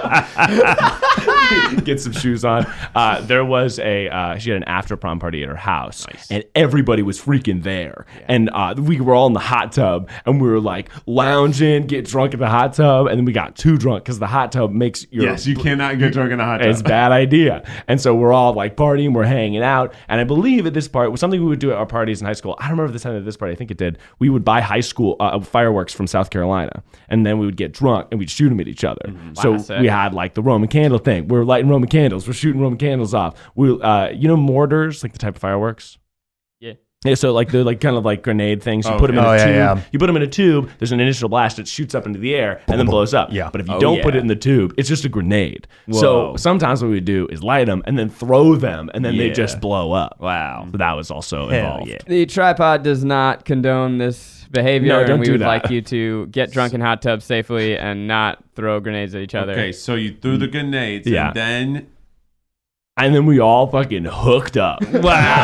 uh, get some shoes on. Uh, there was a uh, she had an after prom party at her house, and everybody was freaking there. And uh, we were all in the hot tub, and we were like lounging, get drunk in the hot tub, and then we got too drunk because the hot tub makes your
yes, you cannot get drunk in a hot tub.
it's a bad idea. And so we're all like partying, we're hanging out. And I believe at this part was something we would do at our parties in high school. I don't remember the time at this party. I think it did. We would buy high school uh, fireworks from South Carolina, and then we would get drunk and we'd shoot them at each other.
Mm-hmm.
so we had like the Roman candle thing. We were lighting Roman candles. We're shooting Roman candles off. We, uh, you know, mortars, like the type of fireworks.
Yeah.
Yeah, so like they're like kind of like grenade things. You
Oh,
put them in
yeah.
a
Oh, yeah,
tube.
yeah.
You put them in a tube. There's an initial blast. It shoots up into the air and then blows up.
Yeah.
But if you
Oh,
don't put
yeah.
it in the tube, it's just a grenade.
Whoa.
So sometimes what we do is light them and then throw them, and then they
Yeah.
just blow up.
Wow.
So that was also
Hell
involved.
yeah.
The tripod does not condone this behavior,
No, don't
and we
do
would
that.
like you to get drunk in hot tubs safely and not throw grenades at each other.
Okay, so you threw the grenades,
Yeah.
and then
And then we all fucking hooked up.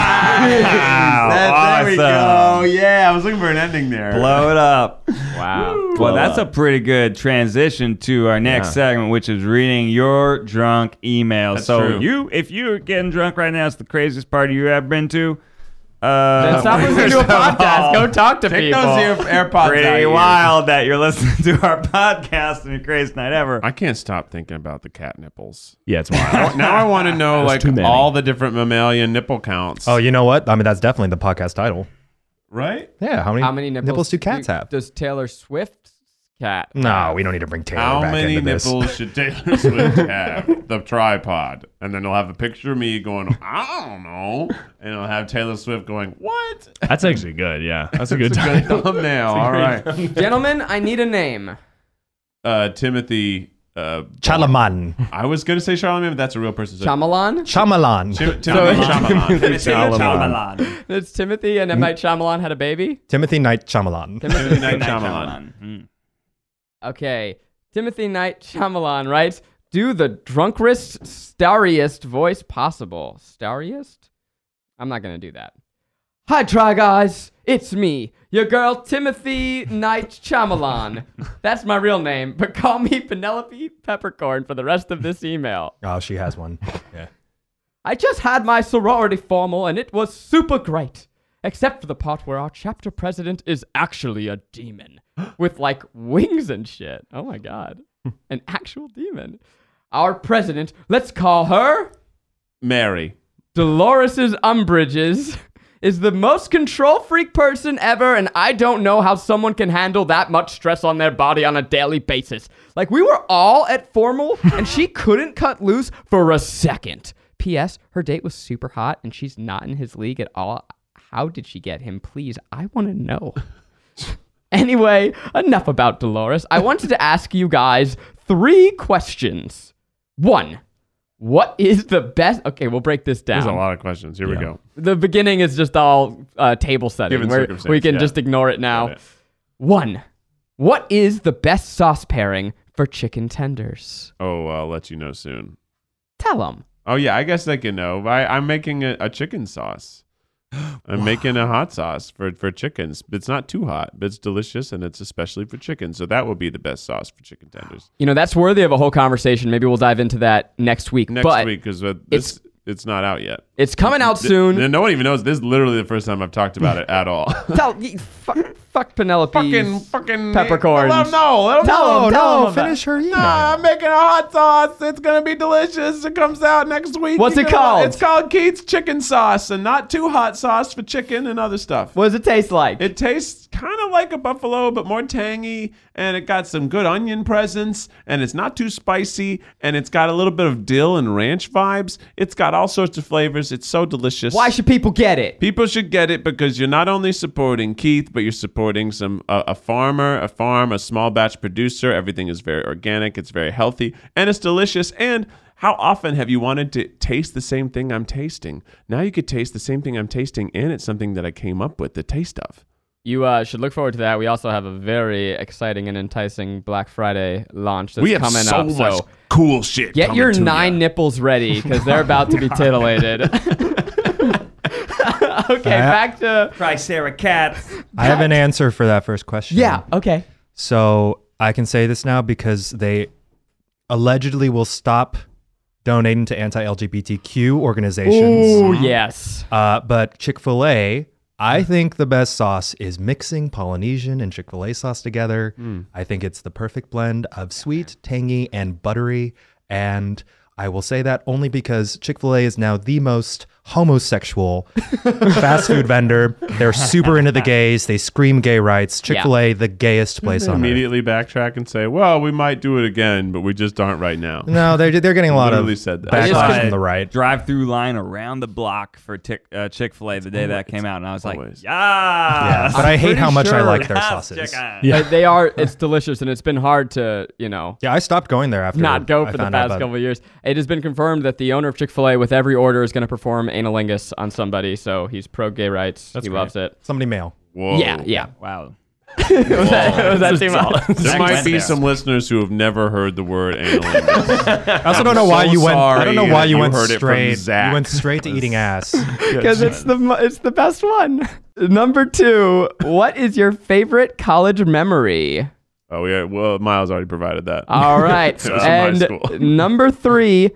Wow. awesome.
Yeah, I was looking for an ending there.
Blow it up.
Wow.
Blow
Well, that's
up.
a pretty good transition to our next
Yeah.
segment, which is reading your drunk email.
That's
so
true.
you, if you're getting drunk right now, it's the craziest party you ever been to. Uh,
Then stop listening to a
first of
podcast.
all,
Go talk to
Take
people.
those ear- AirPods out.
Pretty
of
wild that you're listening to our podcast and your craziest night ever.
here. I can't stop thinking about the cat nipples.
yeah, it's wild.
Now I want to know
There's
like
too many.
all the different mammalian nipple counts.
Oh, you know what? I mean, that's definitely the podcast title.
right?
Yeah, how many,
How many nipples,
do cats have?
Does Taylor Swift's cat?
no, we don't need to bring Taylor
How
back
many
into this.
nipples should Taylor Swift have? The tripod, and then it'll have a picture of me going, I don't know, and it'll have Taylor Swift going, What?
that's actually good. Yeah, that's a good
It's a
time.
good thumbnail. All right,
Gentlemen, I need a name.
uh, Timothy. Uh,
Chalaman,
I was gonna say Charlemagne, but that's a real person. So
Chamalan?
Chamalan,
Tim- Timothy Chalamet.
Chalamet.
It's Timothy and M. Night Shyamalan had a baby?
Timothy Knight Chamalan.
Timothy Night
Chalamet.
Shyamalan.
Hmm.
Okay. Timothy Knight Shyamalan writes, do the drunkerest, starriest voice possible. Starriest? I'm not going to do that. Hi, Try Guys. It's me, your girl, Timothy Knight Shyamalan. That's my real name, but call me Penelope Peppercorn for the rest of this email.
Oh, she has one. Yeah.
I just had my sorority formal and it was super great. Except for the part where our chapter president is actually a demon with like wings and shit. Oh my god. An actual demon. Our president, let's call her
Mary.
Dolores Umbridges, is the most control freak person ever, and I don't know how someone can handle that much stress on their body on a daily basis. Like, we were all at formal, and she couldn't cut loose for a second. P.S. Her date was super hot, and she's not in his league at all. How did she get him? Please, I want to know. Anyway, enough about Dolores. I wanted to ask you guys three questions. One, what is the best? Okay, we'll break this down
There's a lot of questions. Here we go.
the beginning is just all uh, table setting.
Given
where
circumstance,
we can
yeah.
just ignore it now.
Got it.
One, what is the best sauce pairing for chicken tenders?
Oh, I'll let you know soon.
Tell them.
Oh yeah, I guess I can know. I, I'm making a, a chicken sauce. I'm making a hot sauce for, for chickens. It's not too hot, but it's delicious and it's especially for chickens. So that will be the best sauce for chicken tenders
You know, that's worthy of a whole conversation. Maybe we'll dive into that next week.
next
but
week because
it's-
it's it's not out yet.
it's coming out
Th-
soon.
no one even knows. This is literally the first time I've talked about it at all.
Tell, y- fuck, fuck Penelope.
fucking fucking
peppercorns.
Let 'em know. Let 'em know.
Tell 'em, tell 'em
no,
about-
finish her email.
Nah, I'm making a hot sauce. It's gonna be delicious. It comes out next week.
What's
You
it
can-
called?
It's called Keith's Chicken Sauce, and not too hot sauce for chicken and other stuff.
What does it taste like?
It tastes kind of like a buffalo, but more tangy, and it got some good onion presence, and it's not too spicy, and it's got a little bit of dill and ranch vibes. It's got all sorts of flavors. It's so delicious.
Why should people get it?
People should get it because you're not only supporting Keith, but you're supporting some a a farmer, a farm, a small batch producer. Everything is very organic. It's very healthy, and it's delicious. And how often have you wanted to taste the same thing I'm tasting? Now you could taste the same thing I'm tasting, and it's something that I came up with the taste of.
You uh, should look forward to that. We also have a very exciting and enticing Black Friday launch that's
we have
coming
so
up.
much
so
cool shit.
get
coming
your
to
nine
ya.
nipples ready because they're about to be titillated. okay, back to
Try Sarah Cat.
I have an answer for that first question.
yeah. Okay.
So I can say this now because they allegedly will stop donating to anti-LGBTQ
Ooh,
organizations.
yes.
Uh, but Chick-fil-A, I think the best sauce is mixing Polynesian and Chick-fil-A sauce together.
Hmm.
I think it's the perfect blend of sweet, tangy, and buttery. And I will say that only because Chick-fil-A is now the most homosexual fast food vendor. They're super into the gays. They scream gay rights. Chick-fil-A, the gayest
Mm-hmm.
place on earth.
Immediately backtrack and say, "Well, we might do it again, but we just aren't right now."
No, they're they're getting a lot
Literally
of
said that.
I just
backlash
got
from
a
the right.
Drive-through line around the block for Chick uh, Fil A the day that came out, and I was like,
always-
yeah.
but I hate how much I like their sauces.
Yeah.
Uh, they are. It's delicious, and it's been hard to you know
Yeah, I stopped going there after.
not go
I
for the
found out
past
about it.
couple of years. It has been confirmed that the owner of Chick Fil A, with every order, is going to perform analingus on somebody. So he's pro gay rights. he loves it.
Somebody mail.
Whoa.
Yeah, yeah.
Wow.
was that, was that too much?
There might
went
be
there.
some listeners who have never heard the word anal.
I also don't know why
so
you went. I don't know
sorry
why
that
you,
you
went
heard it from
straight.
Zach.
You went straight to eating ass.
Because it's the mo- it's the best one. Number two, what is your favorite college memory?
oh, yeah. Well, Miles already provided that.
All right,
It was in high
and
school.
number three,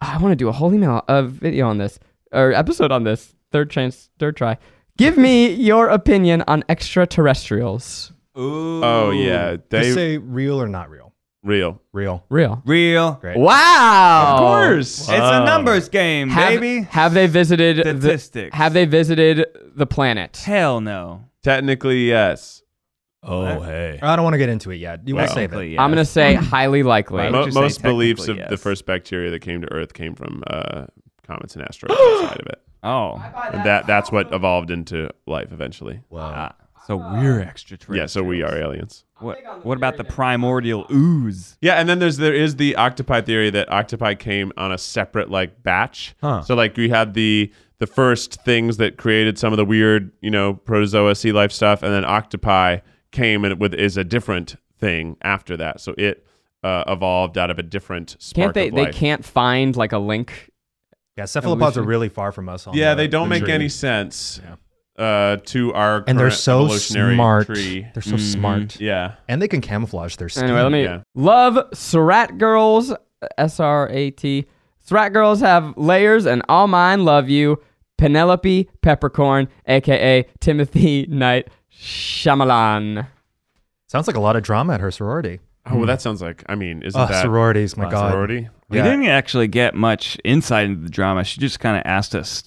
I want to do a whole email, a video on this, or episode on this. Third chance, third try. Give me your opinion on extraterrestrials.
Ooh.
oh yeah, they
Just say real or not real.
real.
Real.
Real.
Real.
Great.
Wow.
course.
It's a numbers game,
Have,
baby.
have they visited the,
Statistics.
Have they visited the planet?
Hell no.
Technically, yes.
Oh,
hey.
I don't want to get into it yet. You want to save it.
Technically,
I'm gonna
yes.
say highly likely.
Mo-
Mo-
you say
most beliefs of
technically
the
yes?
first bacteria that came to Earth came from uh, comets and asteroids outside of it,
Oh.
and that that's what evolved into life eventually.
Wow.
Ah, so we're extraterrestrials.
Yeah, so we are aliens.
What, what about the primordial ooze?
Yeah, and then there's there is the octopi theory that octopi came on a separate like batch. So like we had the the first things that created some of the weird, you know, protozoa sea life stuff, and then octopi came and with is a different thing after that. So it uh, evolved out of a different
Can't
spark
they?
of
They
life.
can't find like a link.
Yeah, cephalopods are
Evolution.
really far from us. On
Yeah,
the-
they don't
the
make
tree.
any sense uh, to our
And they're
current
so
evolutionary
smart.
tree. Mm-hmm.
They're so smart.
Yeah.
And they can camouflage their skin.
Anyway, let me
Yeah.
love Surat girls. S R A T. Surat girls have layers, and all mine love you. Penelope Peppercorn, aka Timothy Knight Shyamalan.
Sounds like a lot of drama at her sorority.
Oh, well, that sounds like. I mean, isn't
Oh,
that
sororities, my god.
sorority?
We
Yeah.
didn't actually get much insight into the drama. She just kind of asked us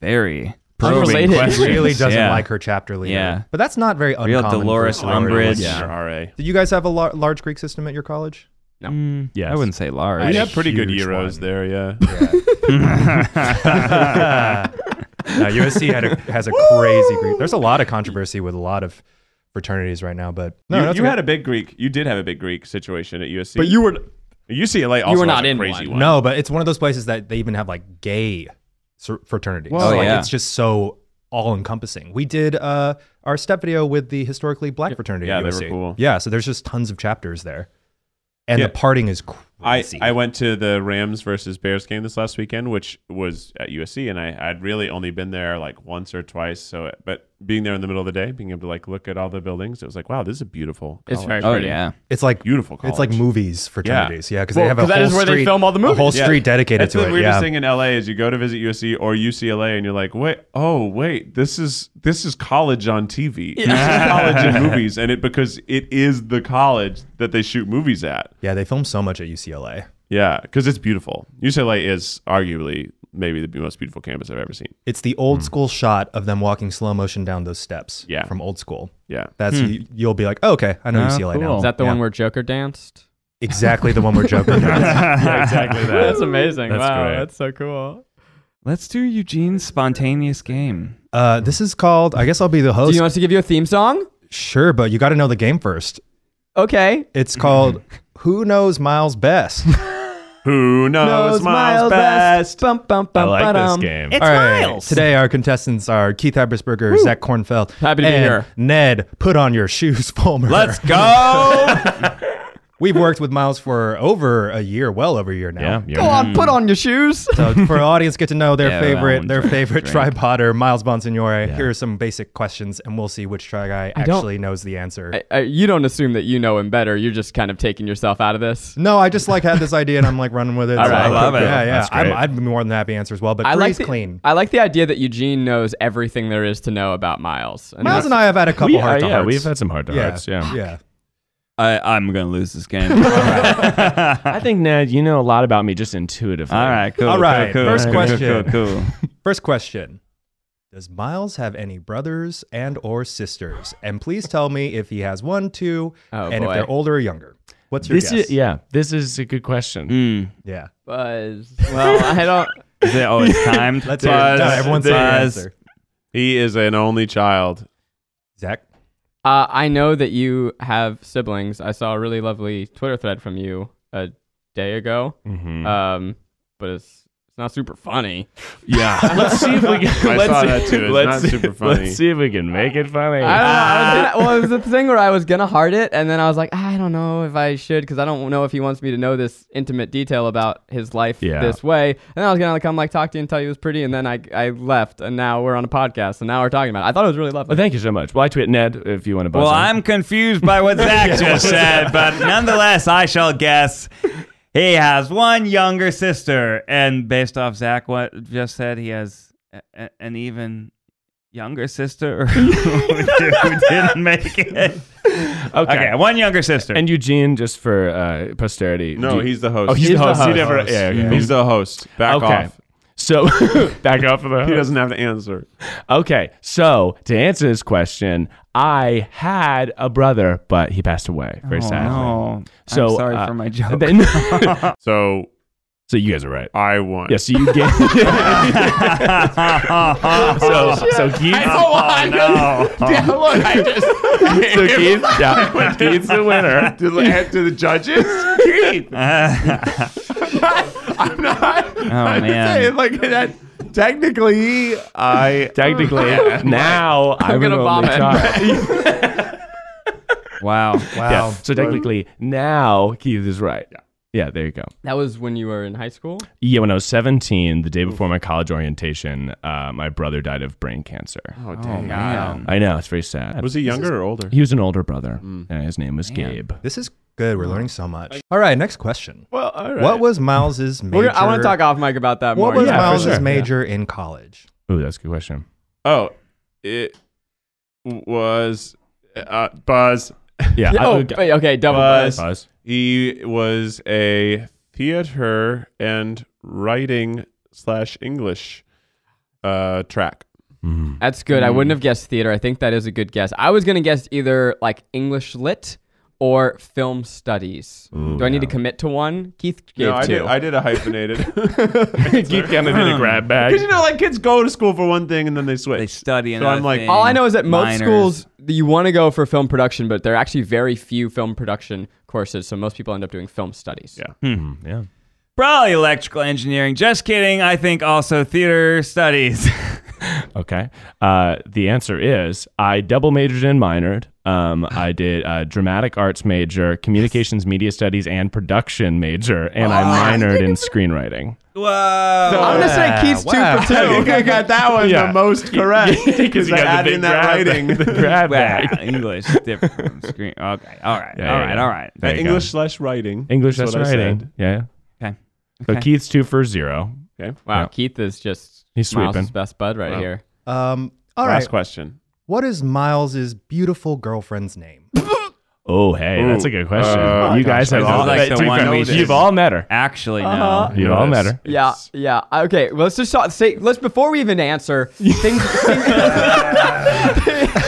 very probing
Unrelated.
questions.
Really doesn't
Yeah.
like her chapter leader.
Yeah.
But that's not very
Real
uncommon. for
Dolores
sororities.
Umbridge.
Yeah.
Yeah.
RA.
Do you guys have a lar- large Greek system at your college?
Mm,
Yes.
I wouldn't say large.
We
a
have pretty good
huge
euros
one.
there, yeah.
No, USC had a, has a crazy Greek. There's a lot of controversy with a lot of fraternities right now, but no,
you,
that's
you
okay.
had a big Greek. You did have a big Greek situation at USC.
But you were
UCLA also
were
has
not
a
in
crazy
one.
one.
no, but it's one of those places that they even have like gay sor- fraternities.
Whoa. Oh,
like,
yeah.
it's just so all encompassing. We did uh, our step video with the historically black fraternity.
Yeah,
at
they were
USC.
cool.
Yeah, so there's just tons of chapters there, and
Yeah.
the parting is crazy.
I,
see.
I went to the Rams versus Bears game this last weekend, which was at USC, and I I'd really only been there like once or twice. So, but being there in the middle of the day, being able to like look at all the buildings, it was like, wow, this is a beautiful.
It's
college.
very
Oh
pretty.
yeah.
It's like
Beautiful
It's like
college.
movies fraternities, yeah, because they have a
'cause
whole
that is where they
street,
film all the
a whole
movies.
street dedicated
That's
to
the
it.
weirdest
yeah.
thing in LA is you go to visit USC or UCLA and you're like, wait, oh wait, this is this is college on TV, this is college in movies, and it because it is the college that they shoot movies at.
Yeah, they film so much at UCLA.
Yeah, because it's beautiful. UCLA is arguably maybe the most beautiful campus I've ever seen.
It's the
Hmm.
old school shot of them walking slow motion down those steps.
Yeah.
from old school.
Yeah,
That's you, you'll be like, oh, okay, I know
Oh,
UCLA now.
cool.
Hmm. Is that the
Yeah.
one where Joker danced?
Exactly the one we're joking about.
exactly
That's amazing.
That's
wow,
great.
that's so cool.
Let's do Eugene's spontaneous game.
Uh, this is called. I guess I'll be the
Do
host.
you want us to give you a theme song?
sure, but you got to know the game first.
Okay.
It's called Who Knows Miles Best.
Who knows, Miles best?
Bum, bum,
I
bum,
like this
ba-dum.
game.
All right. Today, our contestants are Keith Ebersberger, Zach Kornfeld,
Happy to be
and
here.
Ned, put on your shoes, Fulmer.
Let's go.
We've worked with Miles for over a year, well over a year now.
yeah,
Go on, put on your shoes.
So for our audience, get to know their
Yeah, that
favorite,
one
their
drink,
favorite
drink.
tripoder, Miles Bonsignore. Here are some basic questions, and we'll see which try guy
don't-
actually knows the answer.
I, I, you don't assume that you know him better. You're just kind of taking yourself out of this.
no, I just like had this idea, and I'm like running with it.
All right. I
love it.
Yeah, yeah.
That's
I'm,
great.
I'd be more than happy to answer as well, but
I like
three's
the,
clean.
I like the idea that Eugene knows everything there is to know about Miles. And that's-
Miles and I have had a couple
We- uh,
hard
yeah, we've had some hard to hearts. Yeah.
yeah.
I, I'm gonna lose this game. All right,
I think Ned, you know a lot about me just intuitively.
All right cool.
All
cool,
right,
cool,
first
cool,
question.
Cool, cool, cool.
First question. Does Miles have any brothers and or sisters? And please tell me if he has one, two,
Oh,
and
boy.
if they're older or younger. What's your
This
guess?
is yeah. This is a good question.
Mm.
yeah.
Buzz. Well, I don't.
Is it always timed?
Let's hear it. No,
Buzz,
everyone say your
Buzz.
answer.
he is an only child.
Zach.
Uh, I know that you have siblings. I saw a really lovely Twitter thread from you a day ago,
Mhm.
um, but it's it's not super funny.
Yeah,
Let's see if we can.
I
let's
saw
see,
that too. It's
let's
not
see,
super funny.
Let's see if we can make it funny.
I don't know. I was gonna, well, it was the thing where I was gonna heart it, and then I was like, "Ah, I don't know if I should, because I don't know if he wants me to know this intimate detail about his life
Yeah.
this way. And then I was gonna come like talk to you and tell you it was pretty, and then I I left, and now we're on a podcast, and now we're talking about. it. I thought it was really lovely.
Well, thank you so much. Well, I tweet Ned if you want to buzz
Well,
in.
I'm confused by what Zach just said, but nonetheless, I shall guess he has one younger sister, and based off Zach what just said, he has a- a- an even younger sister who didn't make it.
okay.
Okay, one younger sister.
And Eugene, just for uh, posterity.
No,
do-
he's the host.
Oh, he's,
He's
the
the
host. He
host.
never.
Host,
Yeah,
yeah.
He's the host. Back
okay.
off.
So back off of the.
He
host.
doesn't have to answer.
Okay, so to answer this question, I had a brother, but he passed away. Very
oh,
sadly.
no.
So,
I'm sorry
uh,
for my joke.
Then-
So
so you guys are right.
I won.
Yes, yeah, so you get. so so Keith.
oh, no.
so Keith, yeah, Keith's the winner.
To the, to the judges? Keith, I'm not. Oh,
I'm man. saying,
like, that, technically, I.
Technically, now I'm,
gonna
an only
vomit.
child.
wow.
Wow.
yeah. So technically, now Keith is right. Yeah. there you go.
that was when you were in high school.
Yeah, when I was 17, the day before my college orientation, uh, my brother died of brain cancer.
Oh,
Oh,
dang.
man.
I know it's very sad.
was he younger or older?
He was an older brother. Uh, his name was Gabe.
This is good. We're learning so much. All right, next question.
Well, all
What was Miles's major?
We're gonna, I want to talk off mic about that
What
more.
was
Yeah, for
Miles's
sure.
major in college?
Ooh, that's a good question.
Oh, it was. Uh, Buzz.
Yeah. I-
oh,
okay.
wait, okay, double
Buzz.
buzz.
Buzz.
He was a theater and writing slash English uh, track.
That's good. I wouldn't have guessed theater. I think that is a good guess. I was gonna guess either like English lit or film studies. Do I need to commit to one? Keith gave
no, I
two.
did, I did a hyphenated.
Keith kind of did a grab bag.
Because you know, like kids go to school for one thing and then they switch.
They study
So
another
I'm like-
thing.
All I know is that most
Minors.
schools that you want to go for film production, but there are actually very few film production courses, so most people end up doing film studies.
Yeah.
Mm, Yeah.
Probably electrical engineering. Just kidding. I think also theater studies.
Okay. Uh, the answer is I double majored and minored Um, I did a dramatic arts major, communications, media studies, and production major, and
Oh,
I minored in screenwriting.
I'm gonna say Keith's two for two.
Oh, I got that one the most correct because
you
I
got the
added
big
in that
grab
writing.
bag- the grab
Wow,
bag.
English is different from screen. Okay, all right,
Yeah,
all
yeah,
right,
yeah.
all right.
There you go.
English slash writing.
English,
That's
that's,
what I
writing.
said.
Yeah.
Okay.
So
Okay.
Keith's two for zero.
Wow,
Yeah.
Keith is just
He's
Miles'
sweeping.
best bud right
Wow.
here.
Um, all
Last
right.
question.
What is Miles's beautiful girlfriend's name?
Oh, hey, that's a good question.
Uh,
you guys
gosh,
have
this
all,
is like
but
the
to be
one
fair,
we did.
you've all met her.
Actually, no.
You've all met her.
Yeah, yeah. Okay, well, let's just talk, say let's before we even answer things.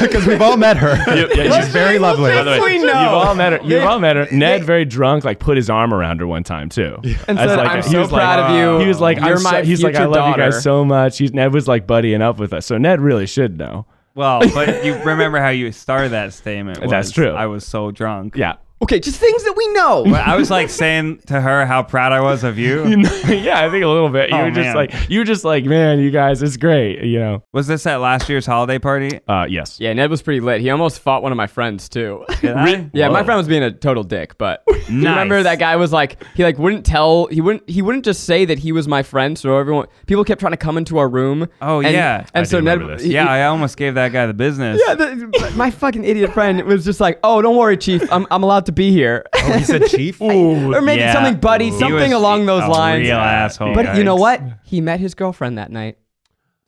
Because we've all met her. She's very lovely.
By the way,
We
you've
know.
all met her. You've
They-
all met her. Ned, very drunk, like put his arm around her one time too.
And
As
said,
like
"I'm
a-
so proud of you.
He was like,
You're
I'm
my
so, he's like, I
future
love you
daughter."
guys so much. He's, Ned was like buddying up with us, so Ned really should know.
Well, but you remember how you started that statement.
That's
was,
true.
I was so drunk.
Yeah,
okay, just things that we know.
But I was like saying to her how proud I was of
You
you.
know- yeah, I think a little bit. You
Oh,
were just
man.
like, you were just like, man, you guys, it's great. You know,
Was this at last year's holiday party?
uh, yes.
Yeah, Ned was pretty lit. He almost fought one of my friends too.
Did I?
Yeah, my friend was being a total dick, but Do you
Nice.
remember that guy was like he like wouldn't tell he wouldn't he wouldn't just say that he was my friend. So everyone people kept trying to come into our room.
Oh,
and-
yeah.
and
I
so
do
Ned
remember this.
he-
Yeah, I almost gave that guy the business.
yeah, the, my fucking idiot friend was just like, "Oh, don't worry, chief. I'm, I'm allowed to be here."
Oh, he said chief?
or maybe
Yeah.
something, buddy,
He
something
was
along those
a
lines.
Real asshole.
But you know
Yikes. Oh.
what? He met his girlfriend that night.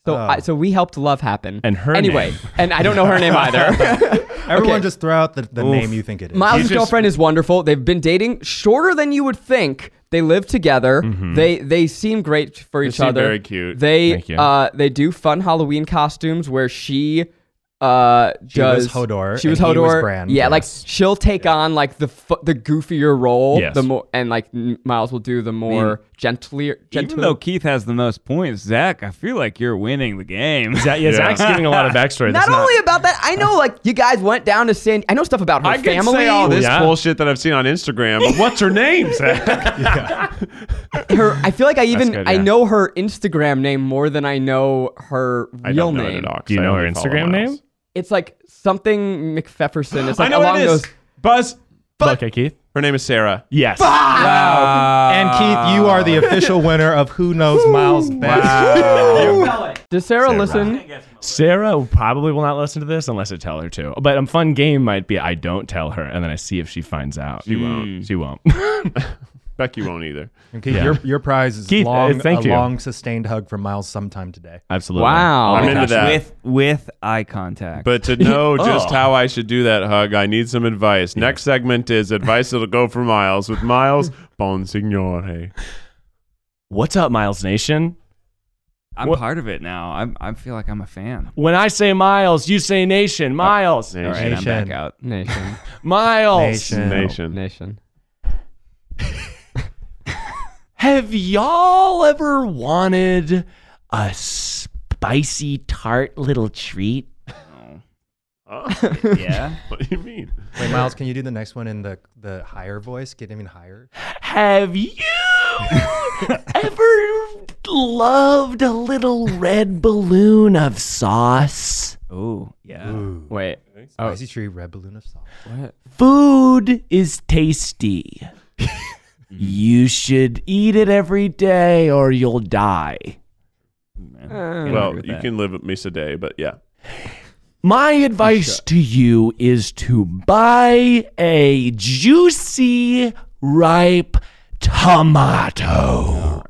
So, I, so we helped love happen.
And her
anyway,
name.
and I don't know her name either.
Everyone
Okay.
just throw out the, the name you think it is.
Miles'
You just-
girlfriend is wonderful. They've been dating shorter than you would think. They live together. They they seem great for each
Mm-hmm. seem
other.
very cute.
They
Thank you.
uh they do fun Halloween costumes where she uh
She was
does
Hodor
She was
and
Hodor.
he was Bran.
Yeah, like she'll take on like the fu- the goofier role.
Yes.
The more and like M- Miles will do the more gentler.
Even
gentler.
though Keith has the most points, Zach, I feel like you're winning the game.
Zach, yeah, Zach's giving a lot of backstory.
not
that's
only about that, I know like you guys went down to San. I know stuff about her
I can
family.
say all this
Yeah.
bullshit that I've seen on Instagram, but what's her name, Zach?
her I feel like I even
good,
I
yeah.
know her Instagram name more than I know her real
I don't know it
name.
at all, 'cause
Do you
I
know
only
her
follow
Instagram
Miles.
name?
It's like something McPhefferson. It's
I
like
know
along
what it is.
those
Buzz.
Okay, Keith.
Her name is Sarah.
Yes.
and Keith, you are the official winner of Who Knows Miles Best.
Does Sarah, listen?
Sarah probably will not listen to this unless I tell her to. But a fun game might be I don't tell her and then I see if she finds out. She won't. She won't.
Becky won't either.
And Keith, your, your prize is
Keith, uh,
long,
thank
a
you.
long sustained hug from Miles sometime today.
Absolutely.
Wow.
I'm into that.
With with eye contact.
But to know
Oh.
just how I should do that hug, I need some advice. Next segment is advice that'll go for miles with Miles Bonsignore.
What's up, Miles Nation?
I'm
what-
part of it now. I'm, I feel like I'm a fan.
When I say Miles, you say Nation. Miles.
All right, I'm
Nation.
back out.
Nation. Oh,
Miles.
Nation.
Nation.
Nation.
Have y'all ever wanted a spicy tart little treat?
Huh?
Yeah.
what do you mean?
Wait, Miles, can you do the next one in the, the higher voice? Get him in higher?
Have you ever loved a little red balloon of sauce?
Ooh. Yeah.
Wait. Oh,
Spicy tree, red balloon of salt.
Food is tasty. you should eat it every day or you'll die.
well, you can live with me today, but yeah.
My advice to you is to buy a juicy, ripe tomato.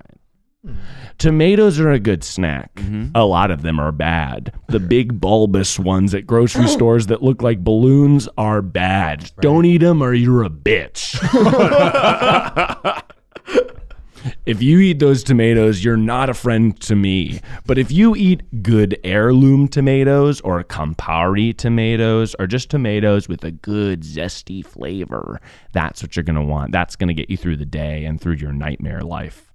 Tomatoes are a good snack. A lot of them are bad. The big bulbous ones at grocery stores that look like balloons are bad. Don't eat them or you're a bitch. If you eat those tomatoes, you're not a friend to me. But if you eat good heirloom tomatoes or Campari tomatoes or just tomatoes with a good zesty flavor, that's what you're going to want. That's going to get you through the day and through your nightmare life.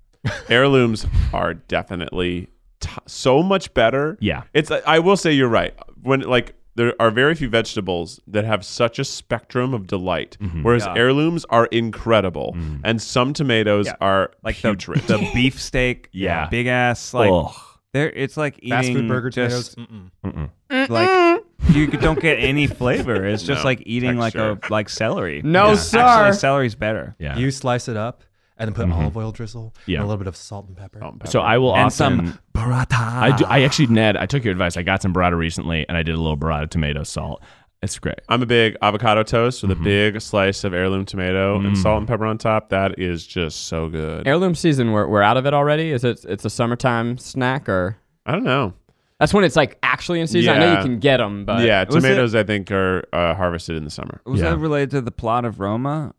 heirlooms are definitely t- so much better.
Yeah.
it's. I will say you're right. When like there are very few vegetables that have such a spectrum of delight, whereas heirlooms are incredible, and some tomatoes are
Like
like
the,
putrid.
the beefsteak.
Yeah.
Big ass like
Ugh.
there it's like eating
Fast food burger
just
tomatoes. Mm-mm.
like you don't get any flavor. It's just
No,
like eating like a like celery.
No, sir.
Actually, celery's better.
Yeah. Mm-hmm.
You slice it up and then put olive oil drizzle
Yeah.
and a little bit of salt and pepper.
so I will
And
often.
some ah.
Burrata.
I, do, I actually, Ned, I took your advice. I got some burrata recently, and I did a little burrata tomato salt. It's great.
I'm a big avocado toast with a big slice of heirloom tomato and salt and pepper on top. That is just so good.
Heirloom season, we're, we're out of it already. Is it? It's a summertime snack, or
I don't know.
that's when it's like actually in season. I know you
Yeah.
can get them, but
yeah,
was it-
tomatoes I think are uh, harvested in the summer.
Was
Yeah.
that related to the plot of Roma?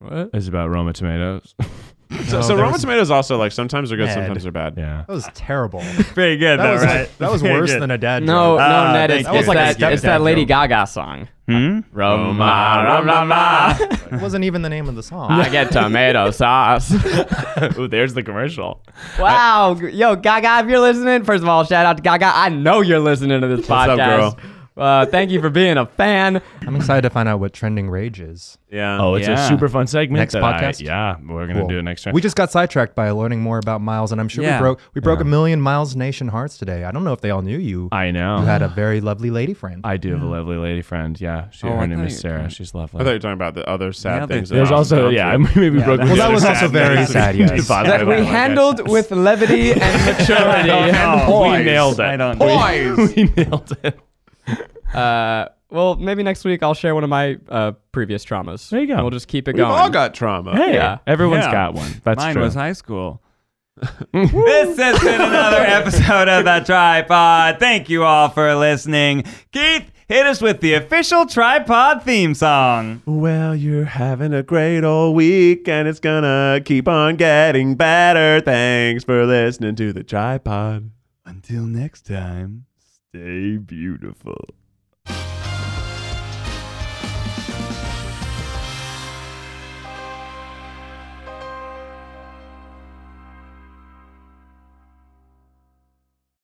What? It's about Roma tomatoes.
So,
No,
so
there
Roma
was-
tomatoes also like sometimes they're good,
Ned.
sometimes they're bad.
yeah.
That was terrible.
Very good,
That
though,
was,
right?
that was worse than a dad
No,
joke.
Ah,
no, Ned,
thank
it's,
you.
it's
That was like a
that, it's
stepdad
that Lady
joke.
Gaga song.
Hmm?
Roma, Roma, Roma.
It wasn't even the name of the song.
I get tomato sauce.
Ooh, there's the commercial.
wow, yo, Gaga, if you're listening, first of all, shout out to Gaga. I know you're listening to this
What's up,
podcast.
girl?
Uh, thank you for being a fan.
I'm excited to find out what trending rage is.
Yeah.
Oh, it's
Yeah.
a super fun segment.
Next
that I-
podcast?
yeah, we're gonna
Cool.
do it next time.
We just got sidetracked by learning more about Miles, and I'm sure
Yeah.
we broke we broke a million Miles Nation hearts today. I don't know if they all knew you.
I know.
you had a very lovely lady friend.
I do have a lovely lady friend. Yeah, she,
Oh, I
her name
thought
is
you were
Sarah. She's lovely.
I thought you were talking about the other sad
Yeah,
things. that
There's
Austin
also
gone
yeah, I
through.
maybe broke.
well, that was also very sad. Yes.
That we handled with levity and maturity and
We
poise.
nailed it.
I don't-
We, we nailed it.
Uh, well, maybe next week I'll share one of my uh, previous traumas.
There you go.
We'll just keep it
We've
going.
all got trauma.
Hey,
Yeah.
everyone's
Yeah.
got one. That's
Mine
true.
was high school. this has been another episode of the Tripod. Thank you all for listening. Keith, hit us with the official Tripod theme song.
Well, you're having a great old week, and it's gonna keep on getting better. Thanks for listening to the tripod.
Until next time, stay beautiful.